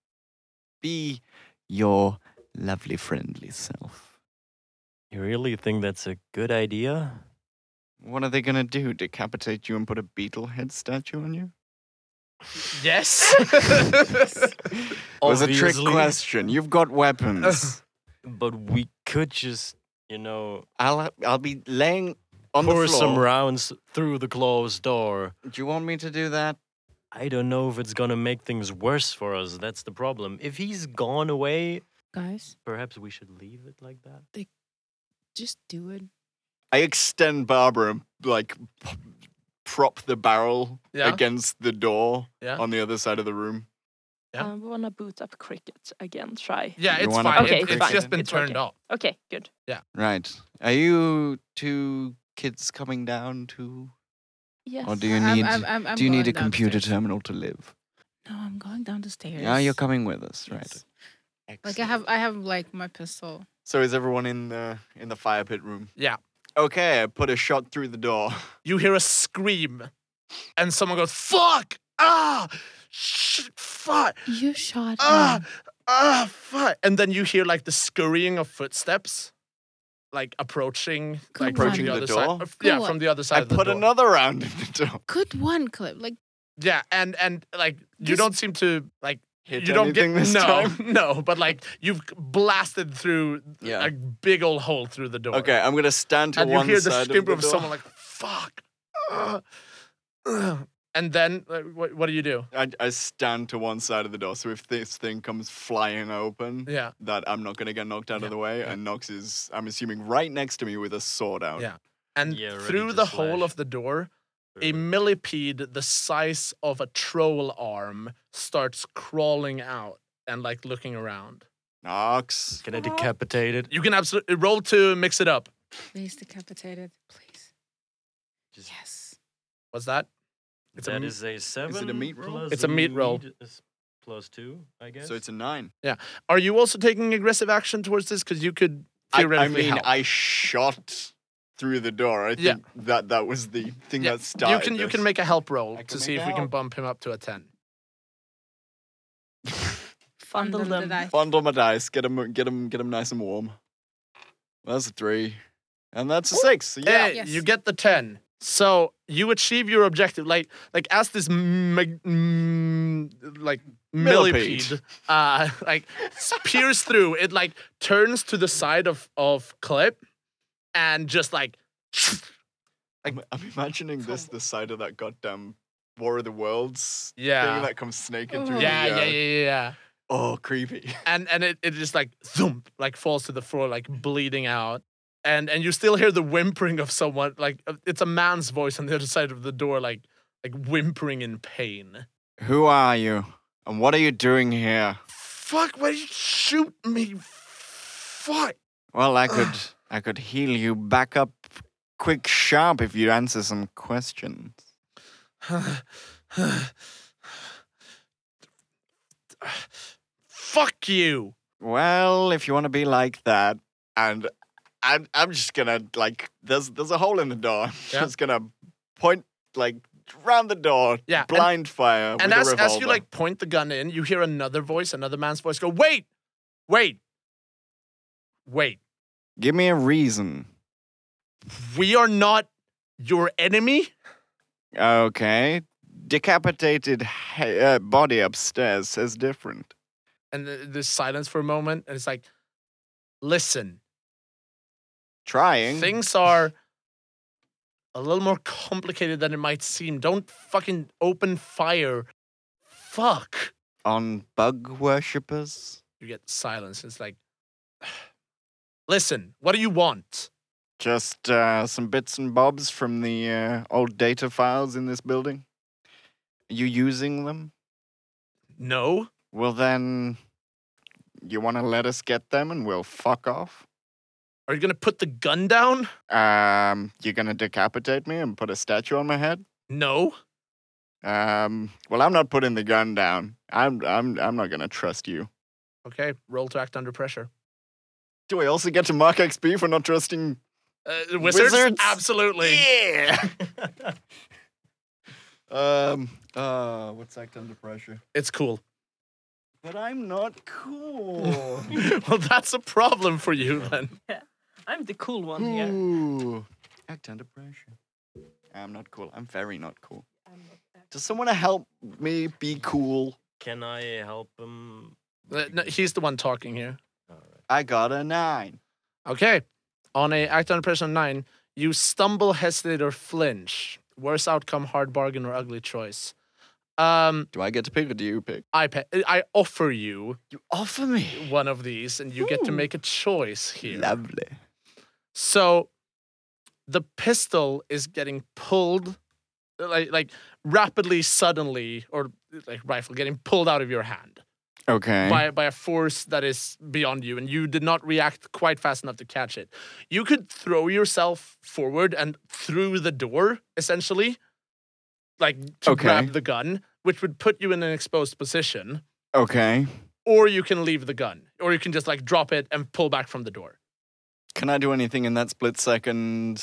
Speaker 5: Be your lovely, friendly self.
Speaker 4: You really think that's a good idea?
Speaker 5: What are they gonna do? Decapitate you and put a beetle head statue on you?
Speaker 1: Yes.
Speaker 5: It was a trick
Speaker 4: Obviously.
Speaker 5: question. You've got weapons.
Speaker 4: But we could just, you know,
Speaker 5: I'll I'll be laying on
Speaker 4: pour
Speaker 5: the floor.
Speaker 4: some rounds through the closed door.
Speaker 5: Do you want me to do that?
Speaker 4: I don't know if it's gonna make things worse for us. That's the problem. If he's gone away,
Speaker 2: Guys,
Speaker 4: perhaps we should leave it like that.
Speaker 2: just do it.
Speaker 5: I extend Barbara and like p- prop the barrel
Speaker 1: Yeah.
Speaker 5: against the door
Speaker 1: Yeah.
Speaker 5: on the other side of the room.
Speaker 1: Yeah.
Speaker 3: I Um, wanna boot up cricket again. Try.
Speaker 1: yeah,
Speaker 5: You
Speaker 1: it's
Speaker 5: wanna
Speaker 1: fine.
Speaker 3: Okay,
Speaker 1: It-
Speaker 3: it's
Speaker 1: it's
Speaker 3: fine.
Speaker 1: just been
Speaker 3: It's
Speaker 1: turned
Speaker 3: working.
Speaker 1: off.
Speaker 3: Okay, good.
Speaker 5: Right. Are you two kids coming down too?
Speaker 3: Yes.
Speaker 5: Or do you
Speaker 2: I'm-
Speaker 5: need
Speaker 2: I'm- I'm- I'm
Speaker 5: do you need a
Speaker 2: going
Speaker 5: computer
Speaker 2: downstairs.
Speaker 5: terminal to live?
Speaker 2: No, I'm going down the stairs.
Speaker 5: Yeah, you're coming with us,
Speaker 2: Yes.
Speaker 5: right?
Speaker 2: Like I have, I have like my pistol.
Speaker 5: So is everyone in the in the fire pit room?
Speaker 1: Yeah.
Speaker 5: Okay, I put a shot through the door.
Speaker 1: you hear a scream, and someone goes, "Fuck! Ah, sh- fuck!
Speaker 2: You shot.
Speaker 5: Hmm.
Speaker 1: Ah, ah, fuck!" And then you hear like the scurrying of footsteps, like approaching,
Speaker 2: Good
Speaker 1: like from
Speaker 2: Approaching
Speaker 1: the
Speaker 5: the
Speaker 1: other side.
Speaker 5: door?
Speaker 1: of- Yeah,
Speaker 2: Good
Speaker 1: from the other side.
Speaker 5: I
Speaker 1: of the
Speaker 5: put
Speaker 1: door.
Speaker 5: another round in the door.
Speaker 2: Good one, Clip. Like
Speaker 1: Yeah, and and like you
Speaker 2: This-
Speaker 1: don't seem to like
Speaker 5: Hit
Speaker 1: you don't get
Speaker 5: anything this
Speaker 1: no
Speaker 5: time?
Speaker 1: no, but like you've blasted through
Speaker 5: Yeah.
Speaker 1: a big old hole through the door.
Speaker 5: Okay, I'm gonna stand to
Speaker 1: and you
Speaker 5: one
Speaker 1: hear the
Speaker 5: side
Speaker 1: scream
Speaker 5: of, the
Speaker 1: of
Speaker 5: door.
Speaker 1: someone like fuck, Ugh. Ugh." and then uh, what, what do you do?
Speaker 5: I, I stand to one side of the door, so if this thing comes flying open,
Speaker 1: Yeah,
Speaker 5: that I'm not gonna get knocked out
Speaker 1: Yeah,
Speaker 5: of the way,
Speaker 1: yeah.
Speaker 5: and Nox is, I'm assuming, right next to me with a sword out.
Speaker 1: Yeah. and
Speaker 4: Yeah, ready
Speaker 1: through
Speaker 4: to
Speaker 1: the
Speaker 4: slash.
Speaker 1: hole of the door, a millipede the size of a troll arm starts crawling out and like looking around.
Speaker 5: Nox.
Speaker 4: Can I decapitate it?
Speaker 1: You can absolutely roll to mix it up.
Speaker 2: please decapitate it, please.
Speaker 4: Just-
Speaker 2: Yes.
Speaker 1: What's that? It's a
Speaker 4: That
Speaker 1: m-
Speaker 4: is a seven.
Speaker 5: meat roll?
Speaker 4: plus
Speaker 1: It's a meat roll.
Speaker 4: is plus two, I guess.
Speaker 5: So it's a nine.
Speaker 1: Are you also taking aggressive action towards this? Because you could
Speaker 5: I,
Speaker 1: theoretically
Speaker 5: I mean,
Speaker 1: help.
Speaker 5: I shot through the door. I
Speaker 1: Yeah.
Speaker 5: think that that was the thing
Speaker 1: Yeah,
Speaker 5: that started.
Speaker 1: you can you can
Speaker 5: this.
Speaker 1: make a help roll
Speaker 5: I
Speaker 1: to
Speaker 5: can
Speaker 1: see
Speaker 5: make
Speaker 1: if
Speaker 5: a
Speaker 1: we can
Speaker 5: help.
Speaker 1: bump him up to a ten.
Speaker 3: Fondle
Speaker 2: Fondle the
Speaker 3: them.
Speaker 2: dice.
Speaker 5: Fondle my dice. Get them, get them, get them nice and warm. That's a three, and that's a six. so yeah.
Speaker 1: Eh,
Speaker 2: Yes.
Speaker 1: you get the ten. So you achieve your objective. Like like as this mag- mm, like millipede,
Speaker 5: Millipede.
Speaker 1: uh, like s- peers through. It like turns to the side of of clip, and just like
Speaker 5: I'm, I'm imagining this the side of that goddamn War of the Worlds
Speaker 1: yeah.
Speaker 5: thing that comes snaking through.
Speaker 2: Ooh.
Speaker 5: the,
Speaker 1: yeah,
Speaker 5: uh,
Speaker 1: yeah, yeah, yeah, yeah,
Speaker 5: Oh, creepy.
Speaker 1: and and it, it just like thump, like falls to the floor, like bleeding out, and and you still hear the whimpering of someone, like uh, it's a man's voice on the other side of the door, like like whimpering in pain.
Speaker 5: Who are you, and what are you doing here?
Speaker 1: Fuck, why did you shoot me? Fuck.
Speaker 5: Well, I could I could heal you back up quick sharp if you answer some questions.
Speaker 1: Fuck you.
Speaker 5: Well, if you want to be like that, and I'm I'm just gonna like there's there's a hole in the door. I'm
Speaker 1: Yeah.
Speaker 5: Just gonna point like round the door,
Speaker 1: Yeah, and-
Speaker 5: blind fire.
Speaker 1: And
Speaker 5: with
Speaker 1: as, as
Speaker 5: a
Speaker 1: you
Speaker 5: revolver.
Speaker 1: like point the gun in, you hear another voice, another man's voice go, wait, wait, wait.
Speaker 5: give me a reason.
Speaker 1: We are not your enemy.
Speaker 5: Okay, decapitated he- uh, body upstairs says different.
Speaker 1: And th- there's silence for a moment. And it's like, listen,
Speaker 5: Trying.
Speaker 1: things are a little more complicated than it might seem. Don't fucking open fire. Fuck.
Speaker 5: on bug worshippers.
Speaker 1: you get silence. It's like, listen, what do you want?
Speaker 5: Just uh, some bits and bobs from the uh, old data files in this building. Are you using them?
Speaker 1: No,
Speaker 5: Well, then, you want to let us get them and we'll fuck off?
Speaker 1: are you gonna put the gun down?
Speaker 5: Um, you're going to decapitate me and put a statue on my head?
Speaker 1: No,
Speaker 5: Um, well, I'm not putting the gun down. I'm, I'm, I'm not going to trust you.
Speaker 1: okay. Roll to act under pressure.
Speaker 5: Do I also get to mark XP for not trusting?
Speaker 1: Uh, wizards?
Speaker 5: Wizards?
Speaker 1: absolutely.
Speaker 5: Yeah. um. Uh. What's act under pressure?
Speaker 1: It's cool.
Speaker 5: But I'm not cool.
Speaker 1: well, that's a problem for you then.
Speaker 3: I'm the cool one here.
Speaker 5: Ooh. Act under pressure. I'm not cool. I'm very not cool. Does someone help me be cool?
Speaker 4: Can I help him?
Speaker 1: Uh, no, he's the one talking here.
Speaker 5: I got a nine.
Speaker 1: Okay. On a act under pressure of nine, you stumble, hesitate, or flinch. Worse outcome, hard bargain, or ugly choice. Um,
Speaker 5: Do I get to pick or do you pick?
Speaker 1: I pa- I offer you
Speaker 5: You offer me.
Speaker 1: one of these, and you get to
Speaker 5: Ooh.
Speaker 1: make a choice here.
Speaker 5: Lovely.
Speaker 1: So the pistol is getting pulled like like rapidly, suddenly, or like rifle getting pulled out of your hand
Speaker 5: Okay.
Speaker 1: by by a force that is beyond you, and you did not react quite fast enough to catch it. You could throw yourself forward and through the door, essentially, like to
Speaker 5: Okay.
Speaker 1: grab the gun, which would put you in an exposed position.
Speaker 5: Okay.
Speaker 1: Or you can leave the gun, or you can just like drop it and pull back from the door.
Speaker 5: Can I do anything in that split second?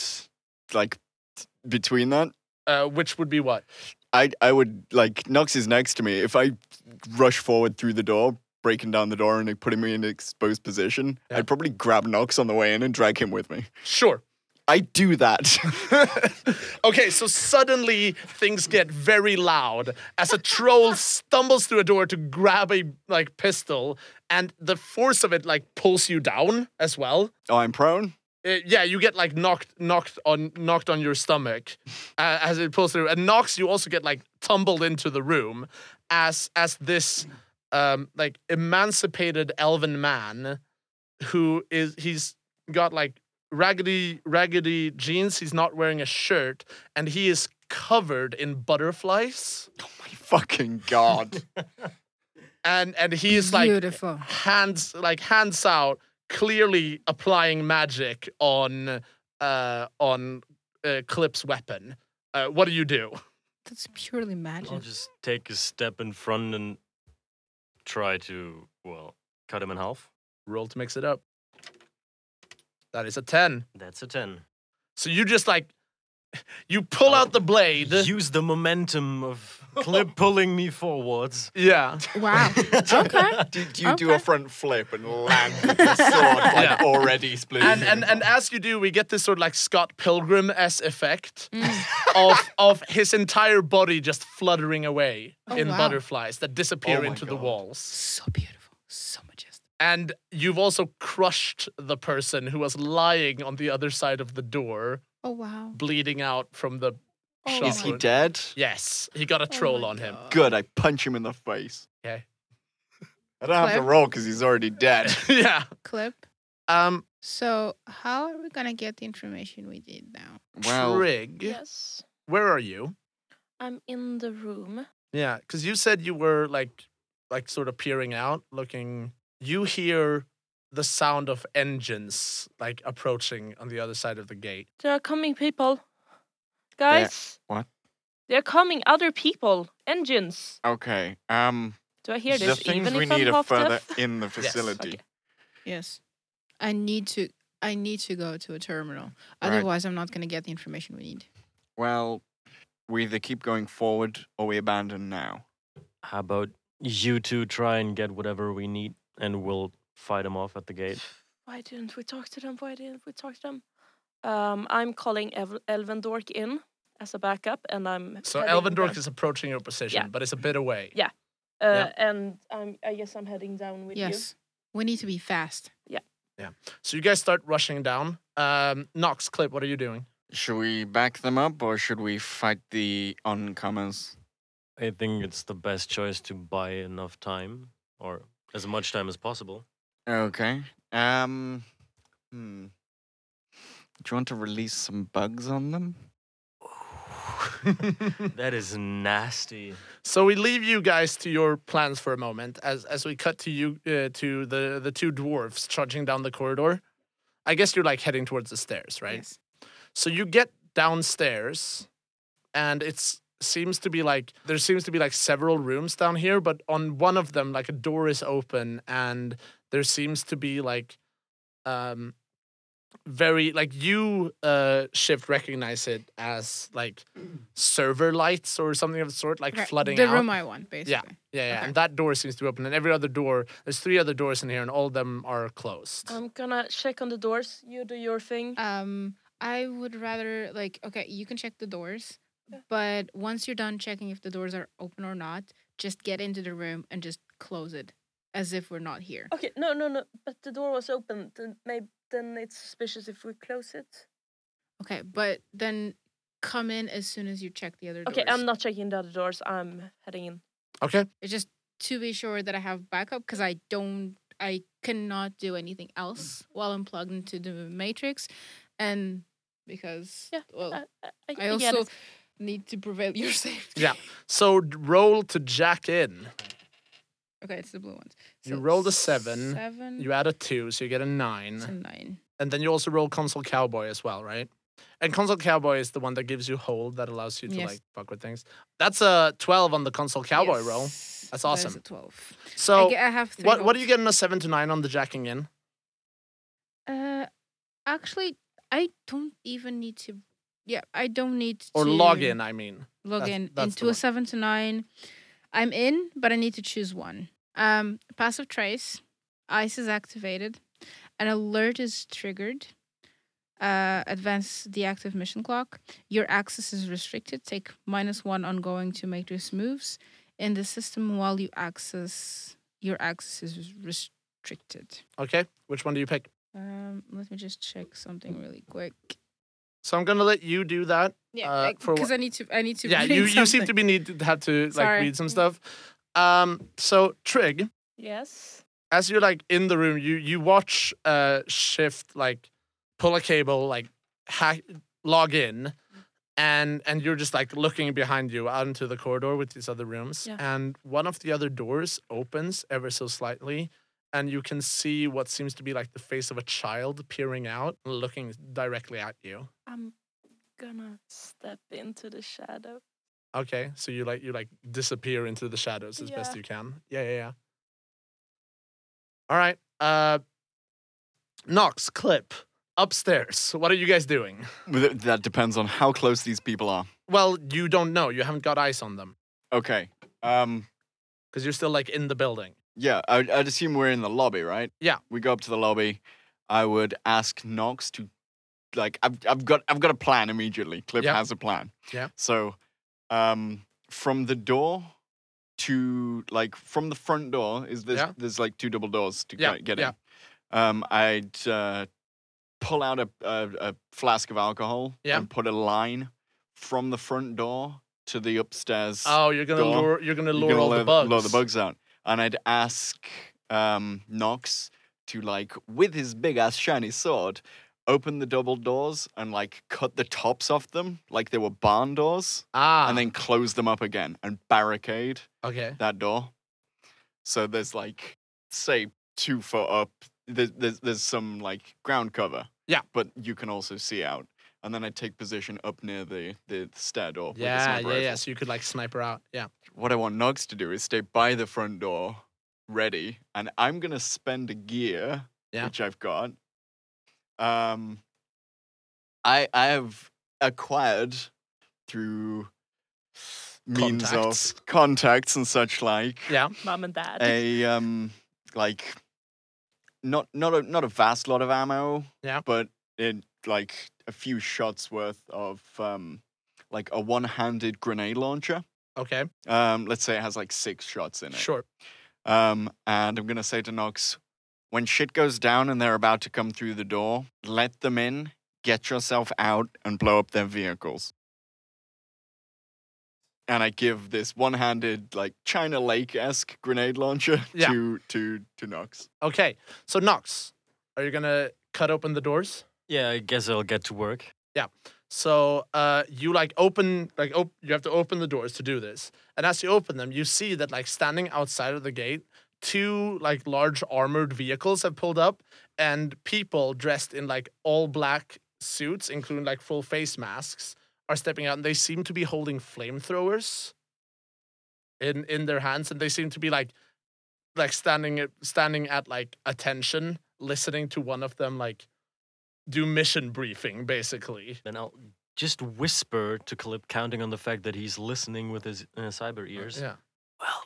Speaker 5: Like t- between that?
Speaker 1: Uh, which would be what?
Speaker 5: I I would like Nox is next to me. If I rush forward through the door, breaking down the door and putting me in an exposed position,
Speaker 1: Yeah.
Speaker 5: I'd probably grab Knox on the way in and drag him with me.
Speaker 1: Sure.
Speaker 5: I do that.
Speaker 1: okay, so suddenly things get very loud as a troll stumbles through a door to grab a like pistol, and the force of it like pulls you down as well.
Speaker 5: oh, I'm prone.
Speaker 1: Uh, yeah, you get like knocked, knocked on, knocked on your stomach uh, as it pulls through, and knocks you also get like tumbled into the room as as this um like emancipated elven man who is he's got like raggedy raggedy jeans. He's not wearing a shirt, and he is covered in butterflies,
Speaker 5: Oh My fucking god.
Speaker 1: and and he is like
Speaker 2: Beautiful.
Speaker 1: hands like hands out clearly applying magic on uh on uh, clip's weapon uh, what do you do
Speaker 2: That's purely magic.
Speaker 4: I'll just take a step in front and try to, well, cut him in half.
Speaker 1: roll to mix it up that is a 10
Speaker 4: That's a 10.
Speaker 1: so you just like you pull out the blade
Speaker 4: Use the momentum of clip pulling me forwards.
Speaker 1: yeah
Speaker 2: Wow. Okay.
Speaker 5: do, do you do a
Speaker 2: Okay.
Speaker 5: front flip and land with your sword like
Speaker 1: Yeah.
Speaker 5: already split?
Speaker 1: and, and and as you do we get this sort of like scott pilgrim s effect
Speaker 2: Mm.
Speaker 1: of of his entire body just fluttering away
Speaker 2: Oh,
Speaker 1: in
Speaker 2: wow.
Speaker 1: butterflies that disappear
Speaker 5: Oh my
Speaker 1: into the
Speaker 5: God.
Speaker 1: walls
Speaker 2: So beautiful. So majestic.
Speaker 1: And you've also crushed the person who was lying on the other side of the door,
Speaker 2: Oh wow.
Speaker 1: bleeding out from the
Speaker 2: Oh
Speaker 1: shot.
Speaker 5: Is
Speaker 2: my-
Speaker 5: he dead?
Speaker 1: Yes, he got a
Speaker 2: Oh
Speaker 1: troll
Speaker 2: my
Speaker 1: on him.
Speaker 2: God.
Speaker 5: Good. I punch him in the face.
Speaker 1: Okay.
Speaker 5: I don't have to
Speaker 2: Claire?
Speaker 5: roll because he's already dead.
Speaker 1: yeah.
Speaker 2: Clip.
Speaker 1: Um.
Speaker 2: So how are we gonna get the information we need now?
Speaker 1: Trig,
Speaker 3: Yes.
Speaker 1: where are you?
Speaker 3: I'm in the room.
Speaker 1: Yeah, because you said you were like, like sort of peering out, looking. You hear the sound of engines like approaching on the other side of the gate.
Speaker 3: There are coming people. Guys.
Speaker 5: what?
Speaker 3: They're coming other people. Engines.
Speaker 5: okay. Um,
Speaker 3: Do I hear
Speaker 5: the
Speaker 3: this?
Speaker 5: things
Speaker 3: Even
Speaker 5: we
Speaker 3: if I'm
Speaker 5: need are
Speaker 3: half
Speaker 5: further
Speaker 3: deaf?
Speaker 5: in the facility.
Speaker 3: Okay.
Speaker 2: Yes. I need to. I need to go to a terminal.
Speaker 5: Right.
Speaker 2: Otherwise, I'm not gonna get the information we need.
Speaker 5: Well, we either keep going forward or we abandon now.
Speaker 4: How about you two try and get whatever we need and we'll fight him off at the gate?
Speaker 3: Why didn't we talk to them? Why didn't we talk to them? Um, I'm calling Ev- Elvendork in as a backup, and I'm
Speaker 1: So
Speaker 3: heading
Speaker 1: Elvendork
Speaker 3: down.
Speaker 1: is approaching your position,
Speaker 3: Yeah.
Speaker 1: but it's a bit away.
Speaker 3: Yeah. uh,
Speaker 1: yeah.
Speaker 3: and I'm, I guess I'm heading down with
Speaker 2: Yes. We need to be fast.
Speaker 1: So you guys start rushing down. Um, Nox, Clip, what are you doing?
Speaker 5: Should we back them up or should we fight the oncomers?
Speaker 4: I think it's the best choice to buy enough time or as much time as possible.
Speaker 5: Okay. Um. Hmm. Do you want to release some bugs on them?
Speaker 4: that is nasty.
Speaker 1: So we leave you guys to your plans for a moment as as we cut to you uh, to the the two dwarfs charging down the corridor. I guess you're like heading towards the stairs, right?
Speaker 2: Yes.
Speaker 1: So you get downstairs and it's seems to be like there seems to be like several rooms down here, but on one of them like a door is open and there seems to be like um very like you uh shift recognize it as like server lights or something of the sort like
Speaker 2: Right,
Speaker 1: flooding
Speaker 2: the
Speaker 1: out.
Speaker 2: room I want, basically.
Speaker 1: Yeah, yeah.
Speaker 2: Okay.
Speaker 1: And that door seems to be open, and every other door, there's three other doors in here, and all of them are closed.
Speaker 3: you. I'm gonna check on the doors. You do your thing.
Speaker 2: Um, I would rather like okay, you can check the doors, but once you're done checking if the doors are open or not, just get into the room and just close it as if we're not here.
Speaker 3: Okay, no, no, no. But the door was open. Then maybe then it's suspicious if we close it.
Speaker 2: Okay, but then come in as soon as you check the other doors.
Speaker 3: Okay, um, I'm not checking the other doors. I'm heading in.
Speaker 1: okay.
Speaker 2: It's just to be sure that I have backup because I don't, I cannot do anything else while I'm plugged into the matrix, and because
Speaker 3: Yeah,
Speaker 2: well,
Speaker 3: I, I, I,
Speaker 2: I
Speaker 3: get
Speaker 2: also
Speaker 3: it.
Speaker 2: need to prevail your safety.
Speaker 1: Yeah. So d- roll to jack in.
Speaker 2: Okay, it's the blue ones.
Speaker 1: You rolled a seven,
Speaker 2: Seven.
Speaker 1: You add a two, so you get a
Speaker 2: it's a
Speaker 1: nine,
Speaker 2: nine.
Speaker 1: and then you also roll console cowboy as well, right? And console cowboy is the one that gives you hold that allows you to
Speaker 2: Yes.
Speaker 1: like fuck with things. That's a twelve on the console cowboy roll.
Speaker 2: Yes,
Speaker 1: That's
Speaker 2: that is
Speaker 1: awesome.
Speaker 2: a Twelve. I,
Speaker 1: So
Speaker 2: get, I have. Three
Speaker 1: what what do you
Speaker 2: rolls.
Speaker 1: get in a seven to nine on the jacking in?
Speaker 2: Uh, actually, I don't even need to. Yeah, I don't need
Speaker 1: Or
Speaker 2: to
Speaker 1: log in, I mean.
Speaker 2: Log
Speaker 1: That's-
Speaker 2: in
Speaker 1: that's the
Speaker 2: into a
Speaker 1: one.
Speaker 2: seven to nine. I'm in, but I need to choose one. Um, passive trace. Ice is activated. An alert is triggered. Uh, advance the active mission clock. Your access is restricted. Take minus one ongoing to make these moves in the system while you access. Your access is restricted.
Speaker 1: Okay, which one do you pick?
Speaker 2: Um, let me just check something really quick.
Speaker 1: So I'm gonna let you do that. Uh,
Speaker 2: Yeah,
Speaker 1: for wha-
Speaker 2: because I need to. I need to.
Speaker 1: yeah,
Speaker 2: read
Speaker 1: you, you seem to
Speaker 2: something.
Speaker 1: be need to have to like
Speaker 2: Sorry.
Speaker 1: read some stuff. Um, so Trig,
Speaker 3: Yes.
Speaker 1: as you're like in the room, you you watch uh shift like pull a cable, like hack, log in, and and you're just like looking behind you out into the corridor with these other rooms,
Speaker 3: Yeah.
Speaker 1: and one of the other doors opens ever so slightly, and you can see what seems to be like the face of a child peering out, looking directly at you.
Speaker 3: I'm gonna step into the shadow.
Speaker 1: Okay, so you like you like disappear into the shadows as best
Speaker 3: Yeah.
Speaker 1: you can. Yeah, yeah, yeah. All right. Uh Knox, clip upstairs. What are you guys doing?
Speaker 5: Well, th- That depends on how close these people are.
Speaker 1: Well, you don't know. You haven't got eyes on them
Speaker 5: Okay. Um.
Speaker 1: because you're still like in the building.
Speaker 5: Yeah. I'd, I'd assume we're in the lobby, right?
Speaker 1: Yeah.
Speaker 5: We go up to the lobby. I would ask Knox to, like, I've I've got I've got a plan immediately. Clip
Speaker 1: Yeah.
Speaker 5: has a plan.
Speaker 1: Yeah.
Speaker 5: So, um, from the door to like from the front door is there's
Speaker 1: Yeah.
Speaker 5: there's like two double doors to
Speaker 1: Yeah,
Speaker 5: get- get
Speaker 1: yeah.
Speaker 5: in. Um, I'd uh, pull out a, a a flask of alcohol
Speaker 1: Yeah.
Speaker 5: and put a line from the front door to the upstairs
Speaker 1: Oh, you're gonna
Speaker 5: Go on.
Speaker 1: lure. You're gonna
Speaker 5: you
Speaker 1: lure
Speaker 5: can
Speaker 1: all
Speaker 5: lure
Speaker 1: the
Speaker 5: th-
Speaker 1: bugs.
Speaker 5: Lure the bugs out. And I'd ask um, Knox to like, with his big ass shiny sword, open the double doors and like cut the tops off them, like they were barn doors,
Speaker 1: Ah,
Speaker 5: and then close them up again and barricade
Speaker 1: okay.
Speaker 5: that door. So there's like, say, two foot up. There's there's, there's some like ground cover.
Speaker 1: Yeah.
Speaker 5: But you can also see out. And then I take position up near the the stair door. with the
Speaker 1: Yeah,
Speaker 5: sniper
Speaker 1: yeah, yeah.
Speaker 5: rifle
Speaker 1: So you could like sniper out. Yeah.
Speaker 5: what I want Nugs to do is stay by the front door, ready, and I'm gonna spend a gear,
Speaker 1: Yeah.
Speaker 5: which I've got. Um, I I have acquired through means
Speaker 1: Contacts.
Speaker 5: of contacts and such like
Speaker 1: Yeah.
Speaker 3: Mom and dad.
Speaker 5: a um like not not a not a vast lot of ammo.
Speaker 1: Yeah.
Speaker 5: But it like a few shots worth of um like a one-handed grenade launcher.
Speaker 1: Okay.
Speaker 5: Um, let's say it has like six shots in it.
Speaker 1: Sure.
Speaker 5: Um, and I'm gonna say to Knox, when shit goes down and they're about to come through the door, let them in, get yourself out, and blow up their vehicles. And I give this one-handed, like China Lake-esque grenade launcher
Speaker 1: Yeah.
Speaker 5: to to to Knox.
Speaker 1: Okay. So Knox, are you gonna cut open the doors?
Speaker 4: Yeah, I guess I'll get to work.
Speaker 1: So uh, you like open like op- you have to open the doors to do this, and as you open them, you see that like standing outside of the gate, two like large armored vehicles have pulled up, and people dressed in like all black suits, including like full face masks, are stepping out, and they seem to be holding flamethrowers in in their hands, and they seem to be like like standing at- standing at like attention, listening to one of them like do mission briefing basically.
Speaker 4: Then I'll just whisper to Clip, counting on the fact that he's listening with his uh, cyber ears.
Speaker 1: Yeah.
Speaker 4: Well,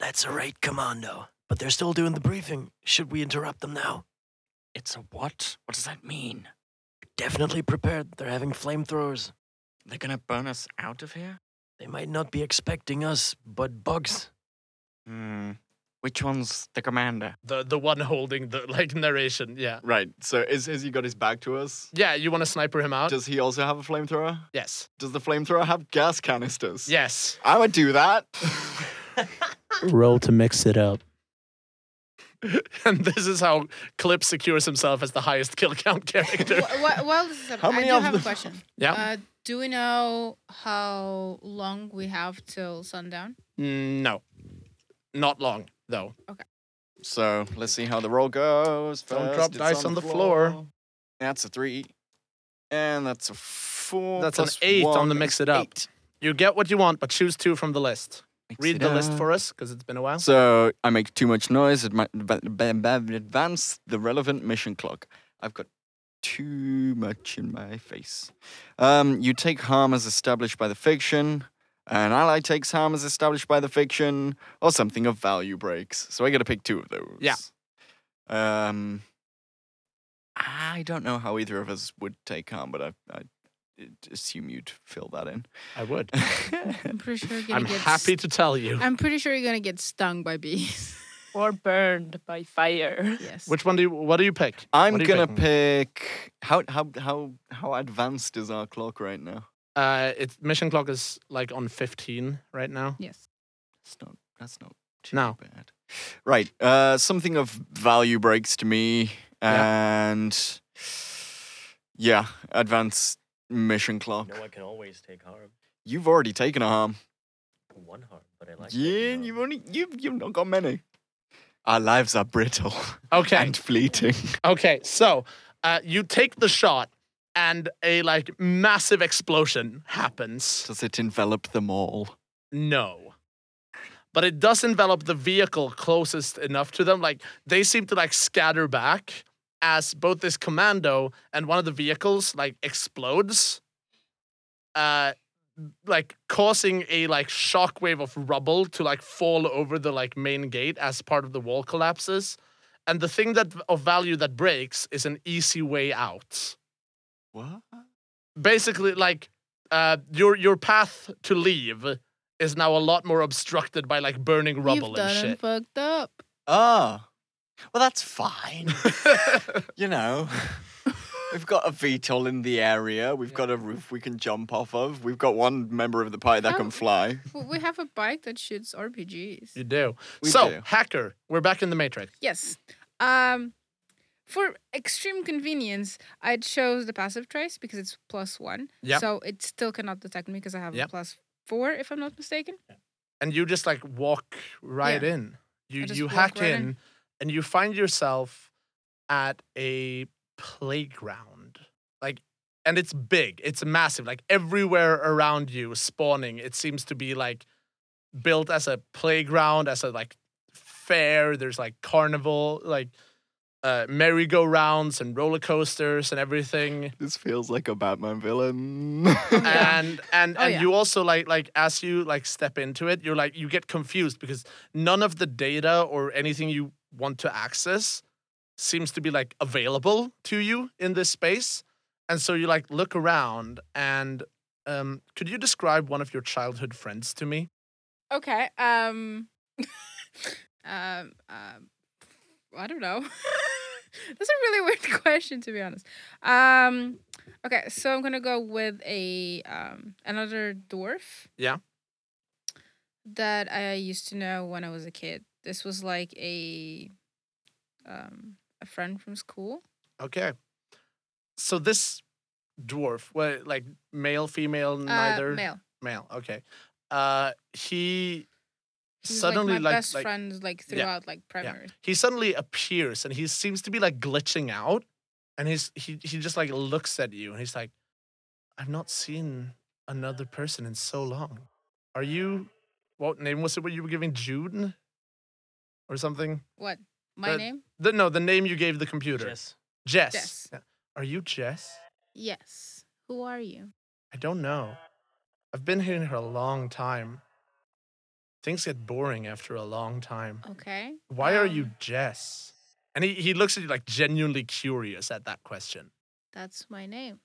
Speaker 4: that's a raid commando, but they're still doing the briefing. Should we interrupt them now? It's a what?
Speaker 5: What does that mean?
Speaker 4: Definitely prepared. They're having flamethrowers.
Speaker 5: They're gonna burn us out of here?
Speaker 4: They might not be expecting us, but bugs.
Speaker 5: Hmm. Which one's the commander?
Speaker 1: The the one holding the like narration. Yeah.
Speaker 5: Right. So is has he got his back to us?
Speaker 1: Yeah, you want to sniper him out?
Speaker 5: Does he also have a flamethrower?
Speaker 1: yes.
Speaker 5: Does the flamethrower have gas canisters?
Speaker 1: Yes.
Speaker 5: I would do that.
Speaker 1: Roll to mix it up. and this is how Clip secures himself as the highest kill count character.
Speaker 2: Wh- wh- while this is up,
Speaker 5: How
Speaker 2: I
Speaker 5: many
Speaker 2: do
Speaker 5: of
Speaker 2: have a
Speaker 5: them?
Speaker 2: question.
Speaker 1: Yeah.
Speaker 2: Uh, do we know how long we have till sundown?
Speaker 1: Mm, no. Not long though.
Speaker 5: So let's see how the roll goes.
Speaker 1: Don't
Speaker 5: First,
Speaker 1: drop
Speaker 5: it's
Speaker 1: dice on the floor.
Speaker 5: That's a three, and that's a four.
Speaker 1: That's an
Speaker 5: plus
Speaker 1: eight on
Speaker 5: one
Speaker 1: the
Speaker 5: is
Speaker 1: mix it up.
Speaker 5: eight.
Speaker 1: You get what you want, but choose two from the list.
Speaker 5: Mix
Speaker 1: Read
Speaker 5: it
Speaker 1: the list
Speaker 5: up.
Speaker 1: for us because it's been a while.
Speaker 5: So I make too much noise. It might ba- ba- ba- advance the relevant mission clock. I've got too much in my face. Um, you take harm as established by the fiction. An ally takes harm as established by the fiction, or something of value breaks. So I got to pick two of those.
Speaker 1: Yeah.
Speaker 5: Um, I don't know how either of us would take harm, but I, I assume you'd fill that in.
Speaker 1: I would.
Speaker 2: I'm pretty sure you're gonna
Speaker 1: I'm
Speaker 2: get
Speaker 1: happy to tell you.
Speaker 2: I'm pretty sure you're gonna get stung by bees.
Speaker 3: Or burned by fire.
Speaker 2: yes.
Speaker 1: Which one do you? What do you pick?
Speaker 5: I'm
Speaker 1: What do you
Speaker 5: gonna
Speaker 1: pick?
Speaker 5: pick how how how how advanced is our clock right now?
Speaker 1: Uh, it's mission clock is like on 15 right now.
Speaker 2: yes.
Speaker 5: That's not that's not too
Speaker 1: No.
Speaker 5: bad. Right. Uh, something of value breaks to me, and yeah, advanced mission clock.
Speaker 4: I can always take harm.
Speaker 5: You've already taken a harm.
Speaker 4: One harm, but I
Speaker 5: yeah, you've only you've you've not got many. Our lives are brittle
Speaker 1: Okay.
Speaker 5: and fleeting.
Speaker 1: Okay, so uh, you take the shot, and a like massive explosion happens.
Speaker 5: Does it envelop them all?
Speaker 1: No, but it does envelop the vehicle closest enough to them. Like they seem to like scatter back as both this commando and one of the vehicles like explodes, uh, like causing a like shockwave of rubble to like fall over the like main gate as part of the wall collapses. And the thing that of value that breaks is an easy way out
Speaker 5: What?
Speaker 1: basically like uh your your path to leave is now a lot more obstructed by like burning
Speaker 2: You've
Speaker 1: rubble
Speaker 2: done
Speaker 1: and
Speaker 2: and
Speaker 1: shit.
Speaker 2: fucked up.
Speaker 5: Ah. Well, that's fine. you know, we've got a VTOL in the area. We've got a roof we can jump off of. We've got one member of the party that
Speaker 2: Oh.
Speaker 5: can fly.
Speaker 2: Well, we have a bike that shoots RPGs.
Speaker 1: you do.
Speaker 5: We
Speaker 1: so,
Speaker 5: do.
Speaker 1: hacker, we're back in the matrix.
Speaker 2: Yes. Um, for extreme convenience, I chose the passive trace because it's plus one.
Speaker 1: Yep.
Speaker 2: So it still cannot detect me because I have
Speaker 1: Yep.
Speaker 2: a plus four, if I'm not mistaken.
Speaker 1: And you just like walk right in. You
Speaker 2: I just
Speaker 1: you
Speaker 2: walk
Speaker 1: hack
Speaker 2: right
Speaker 1: in,
Speaker 2: in.
Speaker 1: and you find yourself at a playground. Like and it's big. It's massive. Like everywhere around you spawning, it seems to be like built as a playground, as a like fair. There's like carnival, like uh, merry-go-rounds and roller coasters and everything.
Speaker 5: This feels like a Batman villain.
Speaker 2: Yeah.
Speaker 1: And and
Speaker 2: Oh,
Speaker 1: and
Speaker 2: yeah.
Speaker 1: you also like like as you like step into it, you're like you get confused because none of the data or anything you want to access seems to be like available to you in this space. And so you like look around and um could you describe one of your childhood friends to me?
Speaker 2: Okay. Um, um, um, I don't know. That's a really weird question, to be honest. Um, okay, so I'm gonna go with a um another dwarf.
Speaker 1: Yeah.
Speaker 2: That I used to know when I was a kid. This was like a um a friend from school.
Speaker 1: Okay. So this dwarf, well, like male, female, neither
Speaker 2: Uh, male.
Speaker 1: male. Okay. Uh he
Speaker 2: He was,
Speaker 1: suddenly
Speaker 2: like my
Speaker 1: like,
Speaker 2: best
Speaker 1: like-
Speaker 2: friend like
Speaker 1: Yeah.
Speaker 2: throughout like primary.
Speaker 1: he suddenly appears and he seems to be like glitching out and he's he he just like looks at you and he's like i've not seen another person in so long are you what name was it what you were giving june or something
Speaker 2: What? My
Speaker 1: That-
Speaker 2: name?
Speaker 1: the, no the name you gave the computer
Speaker 4: Yes.
Speaker 1: jess,
Speaker 2: Jess.
Speaker 1: Yeah. are you jess
Speaker 2: Yes. Who are you?
Speaker 1: i don't know i've been here for a long time things get boring after a long time
Speaker 2: Okay.
Speaker 1: why are you
Speaker 2: Um,
Speaker 1: Jess? And he, he looks at you like genuinely curious at that question.
Speaker 2: That's my name.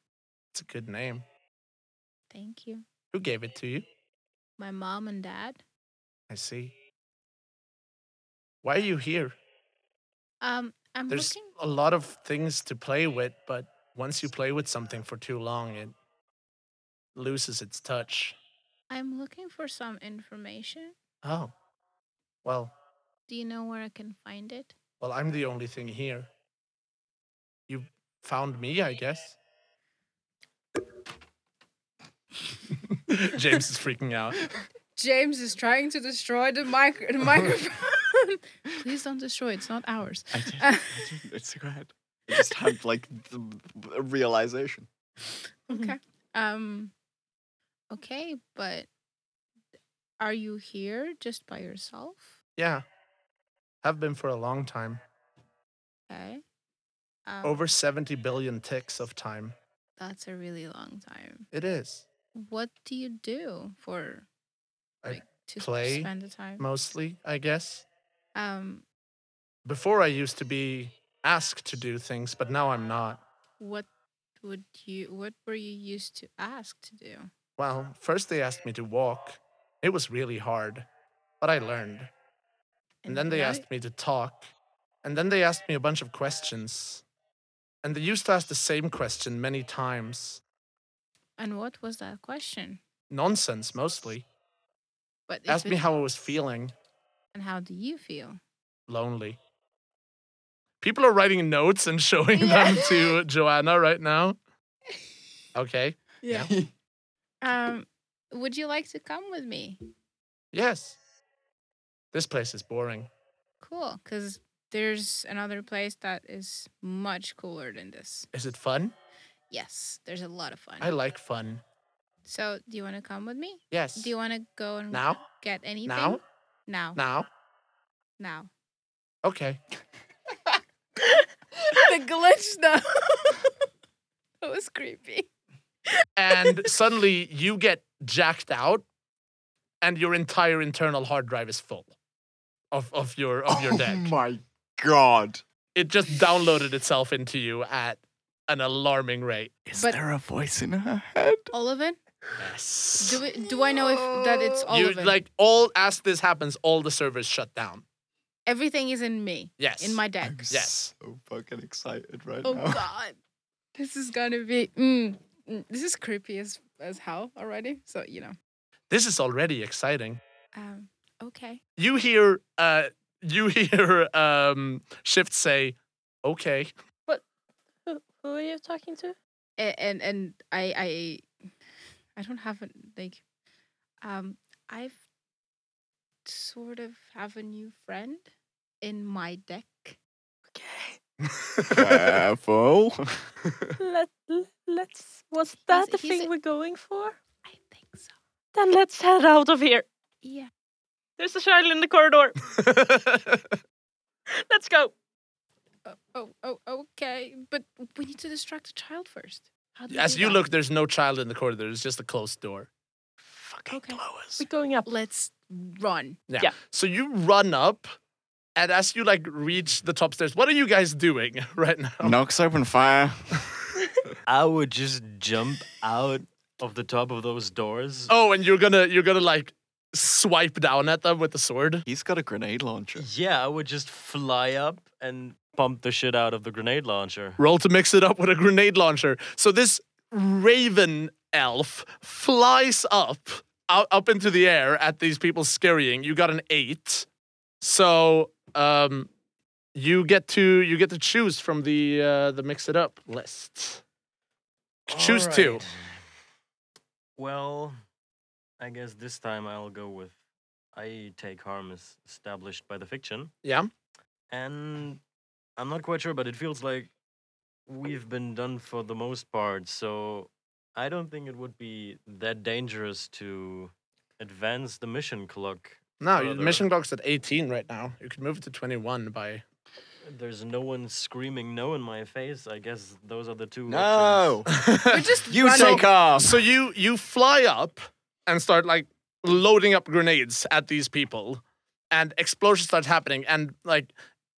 Speaker 1: It's a good name.
Speaker 2: Thank you.
Speaker 1: Who gave it to you?
Speaker 2: My mom and dad.
Speaker 1: I see. Why are you here?
Speaker 2: Um, I'm
Speaker 1: There's
Speaker 2: looking.
Speaker 1: a lot of things to play with, but once you play with something for too long, it loses its touch.
Speaker 2: I'm looking for some information.
Speaker 1: Oh. Well,
Speaker 2: Do you know where I can find it?
Speaker 1: well, I'm the only thing here. You found me, I guess. James is freaking out.
Speaker 2: James is trying to destroy the, mic- the microphone. Please don't destroy. It's not ours.
Speaker 5: I did.
Speaker 2: Uh,
Speaker 5: It's great. I just had like the, a realization.
Speaker 2: okay. Um. Okay, but are you here just by yourself?
Speaker 1: Yeah. Have been for a long time.
Speaker 2: Okay. Um,
Speaker 1: Over 70 billion ticks of time.
Speaker 2: That's a really long time.
Speaker 1: It is.
Speaker 2: What do you do for
Speaker 1: I
Speaker 2: like to
Speaker 1: play
Speaker 2: spend the time.
Speaker 1: mostly, I guess.
Speaker 2: Um,
Speaker 1: Before I used to be asked to do things, but now I'm not.
Speaker 2: what would you? What were you used to ask to do?
Speaker 1: Well, first they asked me to walk. It was really hard, but I learned. And then they
Speaker 2: now-
Speaker 1: asked me to talk. And then they asked me a bunch of questions. And they used to ask the same question many times.
Speaker 2: And what was that question?
Speaker 1: Nonsense, mostly.
Speaker 2: But if
Speaker 1: Asked me
Speaker 2: it-
Speaker 1: how I was feeling.
Speaker 2: and how do you feel?
Speaker 1: Lonely. People are writing notes and showing
Speaker 2: Yeah.
Speaker 1: them to Joanna right now. Okay. Yeah.
Speaker 2: Um, would you like to come with me?
Speaker 1: Yes. This place is boring.
Speaker 2: Cool, because there's another place that is much cooler than this.
Speaker 1: Is it fun?
Speaker 2: Yes, there's a lot of fun.
Speaker 1: I like fun.
Speaker 2: so, do you want to come with me?
Speaker 1: Yes.
Speaker 2: Do you want to go and
Speaker 1: now?
Speaker 2: get anything?
Speaker 1: Now?
Speaker 2: Now.
Speaker 1: Now?
Speaker 2: Now.
Speaker 1: Okay.
Speaker 2: the glitch, though. that was creepy.
Speaker 1: And suddenly you get jacked out and your entire internal hard drive is full of, of your of your
Speaker 5: oh
Speaker 1: deck.
Speaker 5: my god.
Speaker 1: It just downloaded itself into you at an alarming rate.
Speaker 5: Is
Speaker 2: But-
Speaker 5: there a voice in her head?
Speaker 2: Oliven?
Speaker 1: Yes.
Speaker 2: Do, we, do I know if that it's
Speaker 1: you
Speaker 2: Oliven?
Speaker 1: like all as this happens, all the servers shut down.
Speaker 2: Everything is in me,
Speaker 1: Yes.
Speaker 2: in my deck.
Speaker 5: I'm
Speaker 1: Yes.
Speaker 5: so fucking excited right
Speaker 2: Oh
Speaker 5: now.
Speaker 2: god. This is gonna be mm, mm, this is creepy as as hell already. So you know.
Speaker 1: This is already exciting.
Speaker 2: Um okay.
Speaker 1: you hear uh you hear um shift say okay
Speaker 3: Who, who are you talking to?
Speaker 2: And and, and I I I don't have a like um I've sort of have a new friend in my deck.
Speaker 3: Okay.
Speaker 5: Careful.
Speaker 3: Let, let's. Was that the
Speaker 2: he's
Speaker 3: thing
Speaker 2: a-
Speaker 3: we're going for?
Speaker 2: I think so.
Speaker 3: Then let's head out of here.
Speaker 2: Yeah.
Speaker 3: There's a child in the corridor. Let's go.
Speaker 2: Oh, oh, oh okay. But we need to distract the child first. How do we
Speaker 1: as
Speaker 2: do
Speaker 1: you
Speaker 2: that?
Speaker 1: look there's no child in the corridor there's just a closed door
Speaker 5: fucking
Speaker 2: Okay.
Speaker 5: blowers.
Speaker 3: We're going up.
Speaker 2: let's run.
Speaker 1: so you run up and as you like reach the top stairs what are you guys doing right now
Speaker 5: Knocks open fire.
Speaker 4: I would just jump out of the top of those doors.
Speaker 1: oh and you're gonna you're gonna like swipe down at them with the sword
Speaker 5: He's got a grenade launcher.
Speaker 4: Yeah, I would just fly up and pump the shit out of the grenade launcher.
Speaker 1: roll to mix it up with a grenade launcher so this raven elf flies up out, up into the air at these people scurrying you got an eight so um you get to you get to choose from the uh the mix it up list choose two
Speaker 4: Alright. Well, I guess this time I'll go with I take harm as established by the fiction.
Speaker 1: yeah
Speaker 4: And I'm not quite sure, but it feels like we've been done for the most part, so I don't think it would be that dangerous to advance the mission clock.
Speaker 1: no your
Speaker 4: Further.
Speaker 1: mission clock's at 18 right now you could move it to 21 by
Speaker 4: There's no one screaming no in my face. I guess those are the two.
Speaker 5: No.
Speaker 4: options.
Speaker 2: We're just
Speaker 5: You
Speaker 2: running.
Speaker 5: take off.
Speaker 1: So you you fly up and start like loading up grenades at these people, and explosions start happening, and like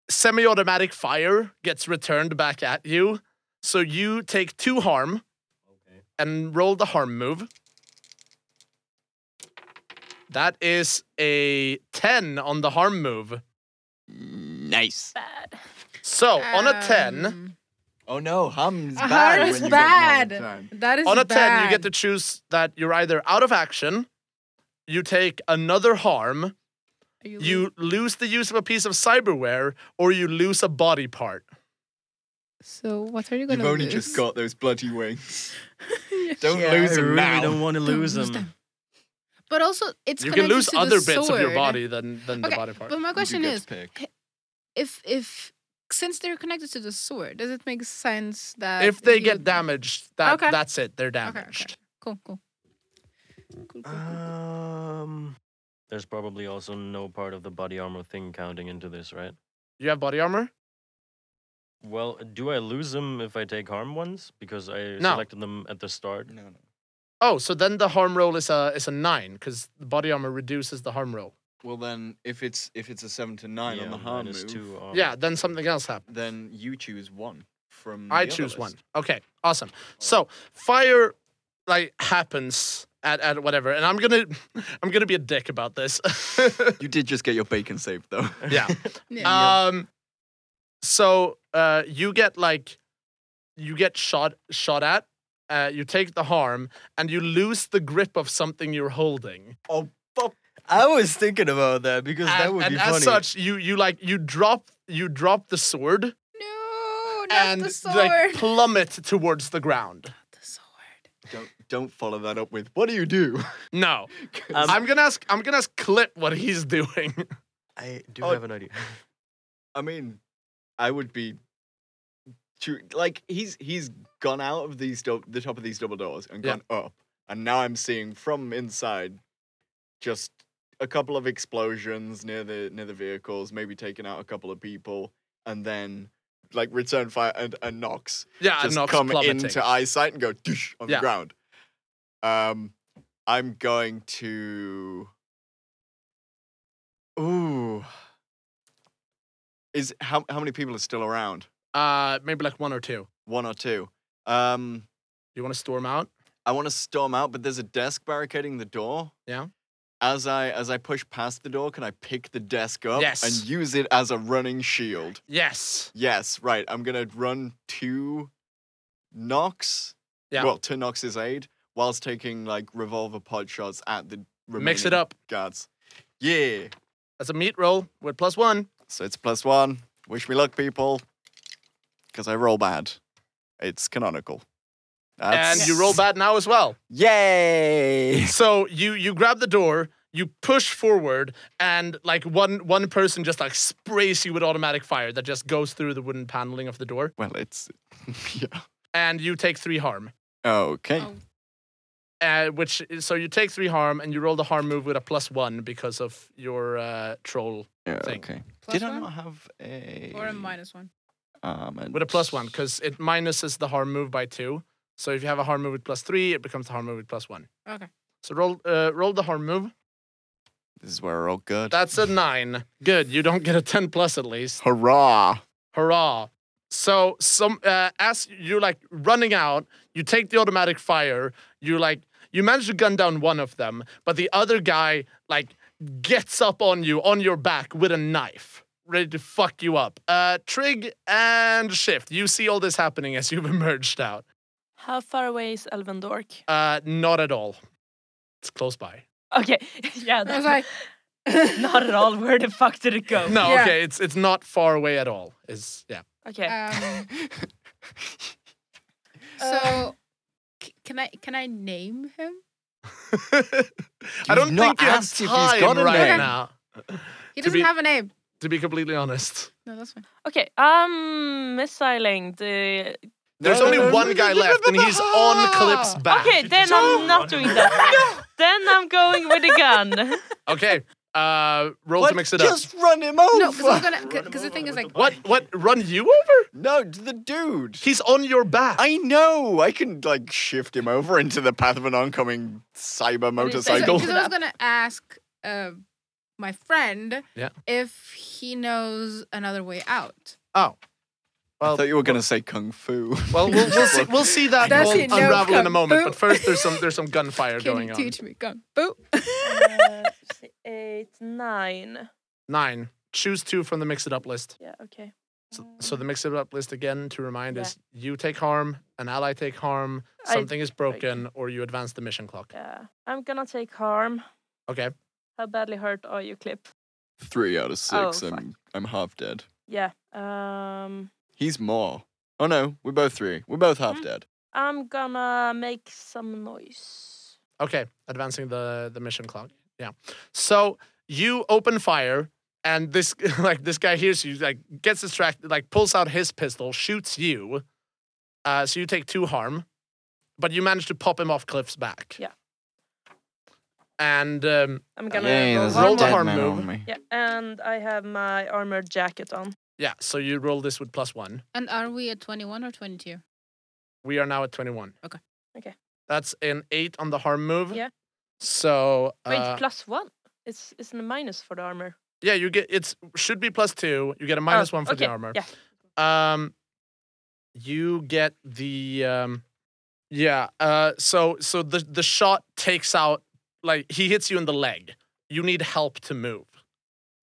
Speaker 1: semi-automatic fire gets returned back at you. So you take two harm
Speaker 4: Okay.
Speaker 1: and roll the harm move. That is a ten on the harm move.
Speaker 5: Nice.
Speaker 3: Bad.
Speaker 1: So Oh, on a ten,
Speaker 2: Um,
Speaker 5: Oh no, Hum's
Speaker 2: A
Speaker 5: bad.
Speaker 2: heart
Speaker 5: when
Speaker 2: is
Speaker 5: you get
Speaker 2: bad.
Speaker 5: more than ten.
Speaker 2: That is
Speaker 1: on a ten,
Speaker 2: bad.
Speaker 1: you get to choose that you're either out of action, you take another harm,
Speaker 2: Are you, lose-
Speaker 1: you lose the use of a piece of cyberware or you lose a body part.
Speaker 2: So what are you gonna
Speaker 5: You've only
Speaker 2: lose?
Speaker 5: just got those bloody wings.
Speaker 2: Yeah.
Speaker 5: Don't
Speaker 4: Yeah,
Speaker 5: lose
Speaker 4: I
Speaker 5: them
Speaker 4: really
Speaker 5: now.
Speaker 4: don't want to
Speaker 2: Don't
Speaker 4: lose them.
Speaker 2: them. But also, it's
Speaker 1: you can
Speaker 2: connected
Speaker 1: lose
Speaker 2: to the
Speaker 1: other bits of your
Speaker 2: sword.
Speaker 1: body than, than the
Speaker 2: Okay,
Speaker 1: body part.
Speaker 2: But my
Speaker 5: You
Speaker 2: question
Speaker 5: get
Speaker 2: is,
Speaker 5: to pick.
Speaker 2: if if since they're connected to the sword, does it make sense that
Speaker 1: If they
Speaker 2: you-
Speaker 1: get damaged, that,
Speaker 2: Okay.
Speaker 1: that's it. They're
Speaker 2: Okay, okay.
Speaker 1: damaged.
Speaker 2: Cool, cool. Cool, cool, cool,
Speaker 5: Uh,
Speaker 2: cool.
Speaker 4: Um, there's probably also no part of the body armor thing counting into this, right?
Speaker 1: You have body armor?
Speaker 4: Well, do I lose them if I take harm ones? Because I
Speaker 1: No.
Speaker 4: selected them at the start.
Speaker 5: No, no.
Speaker 1: Oh, so then the harm roll is a is a nine because the body armor reduces the harm roll.
Speaker 5: Well, then if it's if it's a seven to nine
Speaker 4: Yeah,
Speaker 5: on the harm
Speaker 4: minus
Speaker 5: move,
Speaker 4: two armor.
Speaker 1: Yeah, then something else happens.
Speaker 5: then you choose one from.
Speaker 1: I
Speaker 5: Mm, the other
Speaker 1: choose one.
Speaker 5: list. Oh.
Speaker 1: Okay, awesome. So fire like happens at, at whatever, and I'm gonna I'm gonna be a dick about this.
Speaker 5: You did just get your bacon saved though.
Speaker 1: yeah.
Speaker 2: Yeah.
Speaker 1: Um. So uh, you get like you get shot shot at. Uh, you take the harm and you lose the grip of something you're holding.
Speaker 5: Oh,
Speaker 4: I was thinking about that because that
Speaker 1: and
Speaker 4: would
Speaker 1: and
Speaker 4: be
Speaker 1: as
Speaker 4: funny.
Speaker 1: such, you you like you drop you drop the sword
Speaker 2: no, not
Speaker 1: and
Speaker 2: the sword.
Speaker 1: like plummet towards the ground.
Speaker 2: the sword.
Speaker 5: don't don't follow that up with what do you do?
Speaker 1: No,
Speaker 5: 'Cause
Speaker 4: Um,
Speaker 1: I'm gonna ask. I'm gonna ask Clip what he's doing.
Speaker 4: I do
Speaker 5: Oh.
Speaker 4: have an idea.
Speaker 5: I mean, I would be. Too, like he's he's gone out of these do- the top of these double doors and
Speaker 1: Yeah.
Speaker 5: gone up, and now I'm seeing from inside, just a couple of explosions near the near the vehicles, maybe taking out a couple of people, and then like return fire and and knocks
Speaker 1: Yeah,
Speaker 5: just
Speaker 1: Nox
Speaker 5: come
Speaker 1: plummeting.
Speaker 5: into eyesight and go doosh on
Speaker 1: Yeah.
Speaker 5: the ground. Um, I'm going to. Ooh. Is how how many people are still around?
Speaker 1: uh, maybe like one or two.
Speaker 5: One or two. Um,
Speaker 1: You want to storm out?
Speaker 5: I want to storm out, but there's a desk barricading the door.
Speaker 1: Yeah.
Speaker 5: As I as I push past the door, can I pick the desk up
Speaker 1: Yes.
Speaker 5: and use it as a running shield?
Speaker 1: Yes.
Speaker 5: Yes, right. I'm gonna run to Knox.
Speaker 1: Yeah.
Speaker 5: Well, to Knox's aid, whilst taking like revolver pod shots at the remaining
Speaker 1: Mix it up.
Speaker 5: guards. Yeah.
Speaker 1: That's a meat roll with plus one.
Speaker 5: So it's plus one. Wish me luck, people. Because I roll bad. It's canonical. That's...
Speaker 1: And you roll bad now as well.
Speaker 5: Yay!
Speaker 1: So you you grab the door, you push forward, and like one one person just like sprays you with automatic fire that just goes through the wooden paneling of the door,
Speaker 5: Well, it's yeah.
Speaker 1: and you take three harm.
Speaker 5: Okay.
Speaker 2: Oh.
Speaker 1: Uh, which is- so you take three harm and you roll the harm move with a plus one because of your uh, troll
Speaker 5: Yeah,
Speaker 1: Thing.
Speaker 5: okay.
Speaker 2: Plus
Speaker 5: Did
Speaker 2: one
Speaker 5: I not have a
Speaker 2: or a minus one?
Speaker 5: Um, and-
Speaker 1: with a plus one because it minuses the harm move by two. So if you have a harm move with plus three, it becomes the harm move with plus one.
Speaker 2: Okay.
Speaker 1: So roll uh, roll the harm move.
Speaker 5: This is where I roll good.
Speaker 1: That's a nine. Good. You don't get a ten plus at least.
Speaker 5: Hurrah!
Speaker 1: Hurrah! So some uh, as you're like running out, you take the automatic fire. You like you manage to gun down one of them, but the other guy like gets up on you on your back with a knife, ready to fuck you up. Uh, trig and shift. You see all this happening as you've emerged out.
Speaker 3: How far away is Elvendork?
Speaker 1: Uh, not at all. It's close by.
Speaker 3: Okay, yeah,
Speaker 2: I
Speaker 3: that's
Speaker 2: was like,
Speaker 3: not at all. Where the fuck did it go?
Speaker 1: No,
Speaker 2: Yeah.
Speaker 1: okay, it's it's not far away at all. Is yeah.
Speaker 3: Okay.
Speaker 2: Um, so, c- can I can I name him?
Speaker 1: I don't
Speaker 5: not
Speaker 1: think you have
Speaker 5: asked if
Speaker 1: time
Speaker 5: he's got a
Speaker 1: right
Speaker 5: name.
Speaker 1: now.
Speaker 2: He
Speaker 1: To
Speaker 2: doesn't
Speaker 1: be-
Speaker 2: have a name.
Speaker 1: To be completely honest,
Speaker 2: No, that's fine.
Speaker 3: okay, I'm missiling the.
Speaker 1: there's
Speaker 5: no,
Speaker 1: only
Speaker 5: no, no,
Speaker 1: one
Speaker 5: no,
Speaker 1: guy left, and he's on Clip's back.
Speaker 3: Okay, then I'm not doing that. then I'm going with the gun.
Speaker 1: Okay. Uh, roll to mix it up.
Speaker 5: Just run him over.
Speaker 2: No, because I'm gonna. Because the thing is like,
Speaker 1: What? What? Run you over?
Speaker 5: No, to the dude.
Speaker 1: He's on your back.
Speaker 5: I know. I can like shift him over into the path of an oncoming cyber motorcycle.
Speaker 2: Because I was gonna ask uh, my friend
Speaker 1: Yeah.
Speaker 2: if he knows another way out.
Speaker 1: oh.
Speaker 5: I
Speaker 1: Well,
Speaker 5: thought you were gonna say kung fu.
Speaker 1: well, we'll, we'll see. We'll see that
Speaker 2: Does
Speaker 1: all
Speaker 2: he know
Speaker 1: unravel in a
Speaker 2: Kung
Speaker 1: moment.
Speaker 2: Fu?
Speaker 1: But first, there's some there's some gunfire
Speaker 2: Can
Speaker 1: going
Speaker 2: you
Speaker 1: on.
Speaker 2: teach me kung fu?
Speaker 3: Uh, eight, nine.
Speaker 1: Nine. Choose two from the mix it up list.
Speaker 3: Yeah, okay. Um,
Speaker 1: So, so the mix it up list again to remind
Speaker 3: Yeah.
Speaker 1: is you take harm, an ally take harm,
Speaker 3: I-
Speaker 1: something is broken, or you advance the mission clock.
Speaker 3: Yeah, I'm gonna take harm.
Speaker 1: Okay.
Speaker 3: How badly hurt are you, Clip?
Speaker 5: Three out of six.
Speaker 3: Oh, fuck.
Speaker 5: I'm I'm half dead.
Speaker 3: Yeah. Um,
Speaker 5: He's more. Oh no, we're both three. We're both half
Speaker 3: Hmm.
Speaker 5: dead.
Speaker 3: I'm gonna make some noise.
Speaker 1: Okay, advancing the the mission clock. Yeah. So you open fire, and this like this guy hears you, like gets distracted, like pulls out his pistol, shoots you. Uh, so you take two harm, but you manage to pop him off Cliff's back.
Speaker 3: Yeah.
Speaker 1: And um,
Speaker 3: I'm gonna
Speaker 5: Yay,
Speaker 3: roll
Speaker 5: there's a
Speaker 3: harm.
Speaker 1: Roll the
Speaker 5: dead
Speaker 1: harm
Speaker 5: man
Speaker 1: move.
Speaker 5: on me.
Speaker 3: Yeah, and I have my armored jacket on.
Speaker 1: yeah, so you roll this with plus one.
Speaker 2: And are we at 21 or 22?
Speaker 1: We are now at twenty one.
Speaker 2: Okay.
Speaker 3: Okay.
Speaker 1: That's an eight on the harm move.
Speaker 3: Yeah.
Speaker 1: So
Speaker 3: Wait,
Speaker 1: uh,
Speaker 3: plus one. It's it's a minus for the armor.
Speaker 1: yeah, you get it's should be plus two. You get a
Speaker 3: Oh,
Speaker 1: minus one for
Speaker 3: okay,
Speaker 1: the armor.
Speaker 3: Yeah.
Speaker 1: Um, you get the um, yeah. Uh, so so the the shot takes out like he hits you in the leg. You need help to move.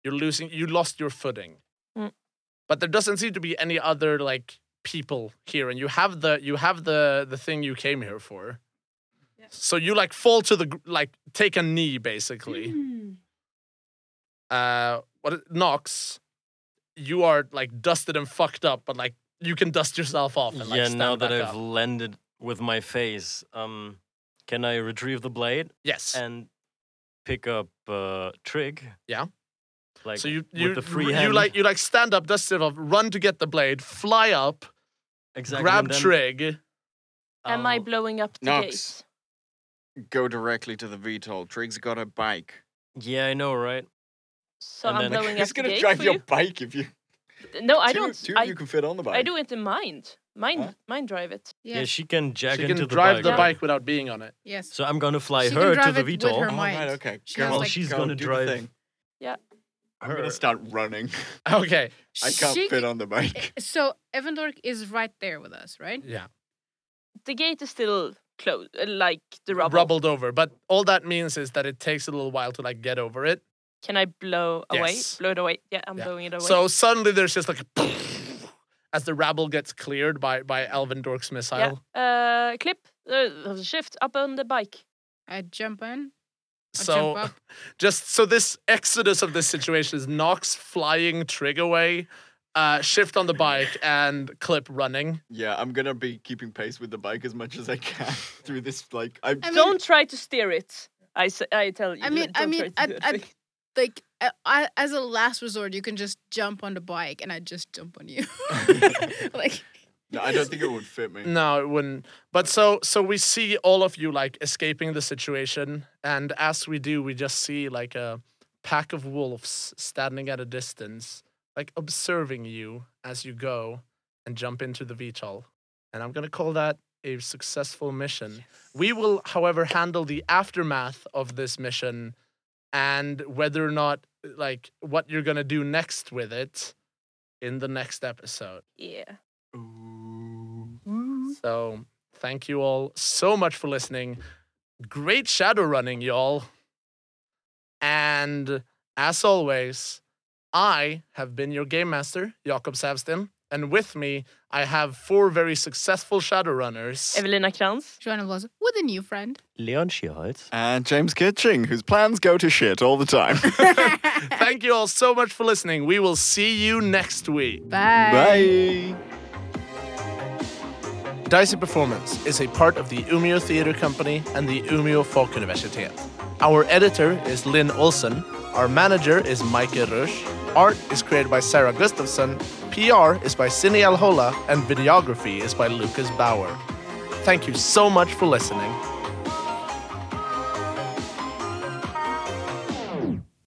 Speaker 1: You're losing. You lost your footing.
Speaker 3: Mm.
Speaker 1: But there doesn't seem to be any other like people here, and you have the you have the the thing you came here for.
Speaker 2: Yeah.
Speaker 1: So you like fall to the gr- like take a knee basically uh what is- Nox, you are like dusted and fucked up, but like you can dust yourself off and like
Speaker 4: yeah,
Speaker 1: stand
Speaker 4: now that
Speaker 1: back
Speaker 4: I've
Speaker 1: up.
Speaker 4: landed with my face, um, can I retrieve the blade
Speaker 1: yes.
Speaker 4: and pick up uh, Trig?
Speaker 1: Yeah.
Speaker 4: Like
Speaker 1: so you
Speaker 4: with
Speaker 1: you
Speaker 4: the free
Speaker 1: you
Speaker 4: hand.
Speaker 1: like you like stand up, dust yourself, off, run to get the blade, fly up,
Speaker 4: exactly,
Speaker 1: grab
Speaker 4: and then
Speaker 1: Trig.
Speaker 3: Am
Speaker 1: Oh.
Speaker 3: I
Speaker 4: I'll-
Speaker 3: blowing up the
Speaker 5: Nox.
Speaker 3: gate?
Speaker 5: Go directly to the VTOL. Trig's got a bike.
Speaker 4: Yeah, I know, right?
Speaker 3: So
Speaker 4: And
Speaker 3: I'm
Speaker 4: then- Like,
Speaker 3: blowing up
Speaker 5: Who's
Speaker 3: the
Speaker 5: gonna
Speaker 3: gate
Speaker 5: drive
Speaker 3: for
Speaker 5: your
Speaker 3: you.
Speaker 5: bike if you
Speaker 3: No, I
Speaker 5: two,
Speaker 3: don't.
Speaker 5: Two of
Speaker 3: I,
Speaker 5: you can fit on the bike.
Speaker 3: I do it in mind. Mind,
Speaker 5: Huh?
Speaker 3: mind drive it.
Speaker 4: Yeah,
Speaker 2: Yes.
Speaker 4: she can jack
Speaker 1: She can
Speaker 4: into the
Speaker 1: drive
Speaker 4: bike.
Speaker 1: the
Speaker 4: right?
Speaker 1: bike without being on it.
Speaker 2: yes.
Speaker 4: So I'm gonna fly
Speaker 2: She can
Speaker 4: her to
Speaker 2: drive
Speaker 4: the
Speaker 2: it with
Speaker 4: VTOL.
Speaker 2: her
Speaker 5: Oh, right,
Speaker 2: mind.
Speaker 5: okay.
Speaker 2: She
Speaker 5: Go
Speaker 2: has,
Speaker 5: on.
Speaker 4: Well,
Speaker 2: like-
Speaker 4: she's
Speaker 5: Go
Speaker 4: gonna
Speaker 5: do the
Speaker 4: drive
Speaker 5: thing. I'm
Speaker 4: her.
Speaker 5: gonna start running.
Speaker 1: Okay.
Speaker 5: I can't
Speaker 2: She- eh,
Speaker 5: fit on the bike.
Speaker 2: So Evandork is right there with us, right?
Speaker 1: Yeah.
Speaker 3: The gate is still closed, uh, like the rubble.
Speaker 1: Rubbled over. But all that means is that it takes a little while to like get over it.
Speaker 3: Can I blow away?
Speaker 1: Yes.
Speaker 3: Blow it away. Yeah, I'm
Speaker 1: Yeah.
Speaker 3: blowing it away.
Speaker 1: So suddenly there's just like a as the rabble gets cleared by by Elvin Dork's missile.
Speaker 3: yeah. Uh, clip, uh, shift up on the bike.
Speaker 2: I jump in. I jump
Speaker 1: So
Speaker 2: up.
Speaker 1: just so this exodus of this situation is Nox flying Trig away, uh, shift on the bike, and clip running.
Speaker 5: Yeah, I'm gonna be keeping pace with the bike as much as I can through this. Like, I'm
Speaker 2: I mean,
Speaker 3: don't try to steer it. I, s- I tell you.
Speaker 2: I mean,
Speaker 3: don't
Speaker 2: I
Speaker 3: try
Speaker 2: mean,
Speaker 3: to
Speaker 2: at,
Speaker 3: do
Speaker 2: at,
Speaker 3: anything.
Speaker 2: like a- I, as a last resort, you can just jump on the bike, and I just jump on you. like
Speaker 5: no, I don't think it would fit me.
Speaker 1: No, it wouldn't. But so so we see all of you like escaping the situation, and as we do, we just see like a pack of wolves standing at a distance, like observing you as you go and jump into the VTOL. And I'm gonna call that a successful mission. We will, however, handle the aftermath of this mission and whether or not like what you're gonna do next with it in the next episode.
Speaker 3: yeah.
Speaker 5: Ooh.
Speaker 1: So thank you all so much for listening. Great shadow running, y'all. And as always, I have been your game master, Jakob Savstin, and with me I have four very successful shadow runners.
Speaker 3: Evelina Kranz.
Speaker 2: Joanna was with a new friend.
Speaker 4: Leon Schierholz.
Speaker 5: And James Kitching, whose plans go to shit all the time.
Speaker 1: Thank you all so much for listening. We will see you next week.
Speaker 5: Bye.
Speaker 1: Dicey Performance is a part of the Umeå Theatre Company and the Umeå Folkuniversitet. Our editor is Lynn Olsen. Our manager is Mike Rush. Art is created by Sarah Gustafsson. PR is by Cine Alhola. And videography is by Lucas Bauer. Thank you so much for listening.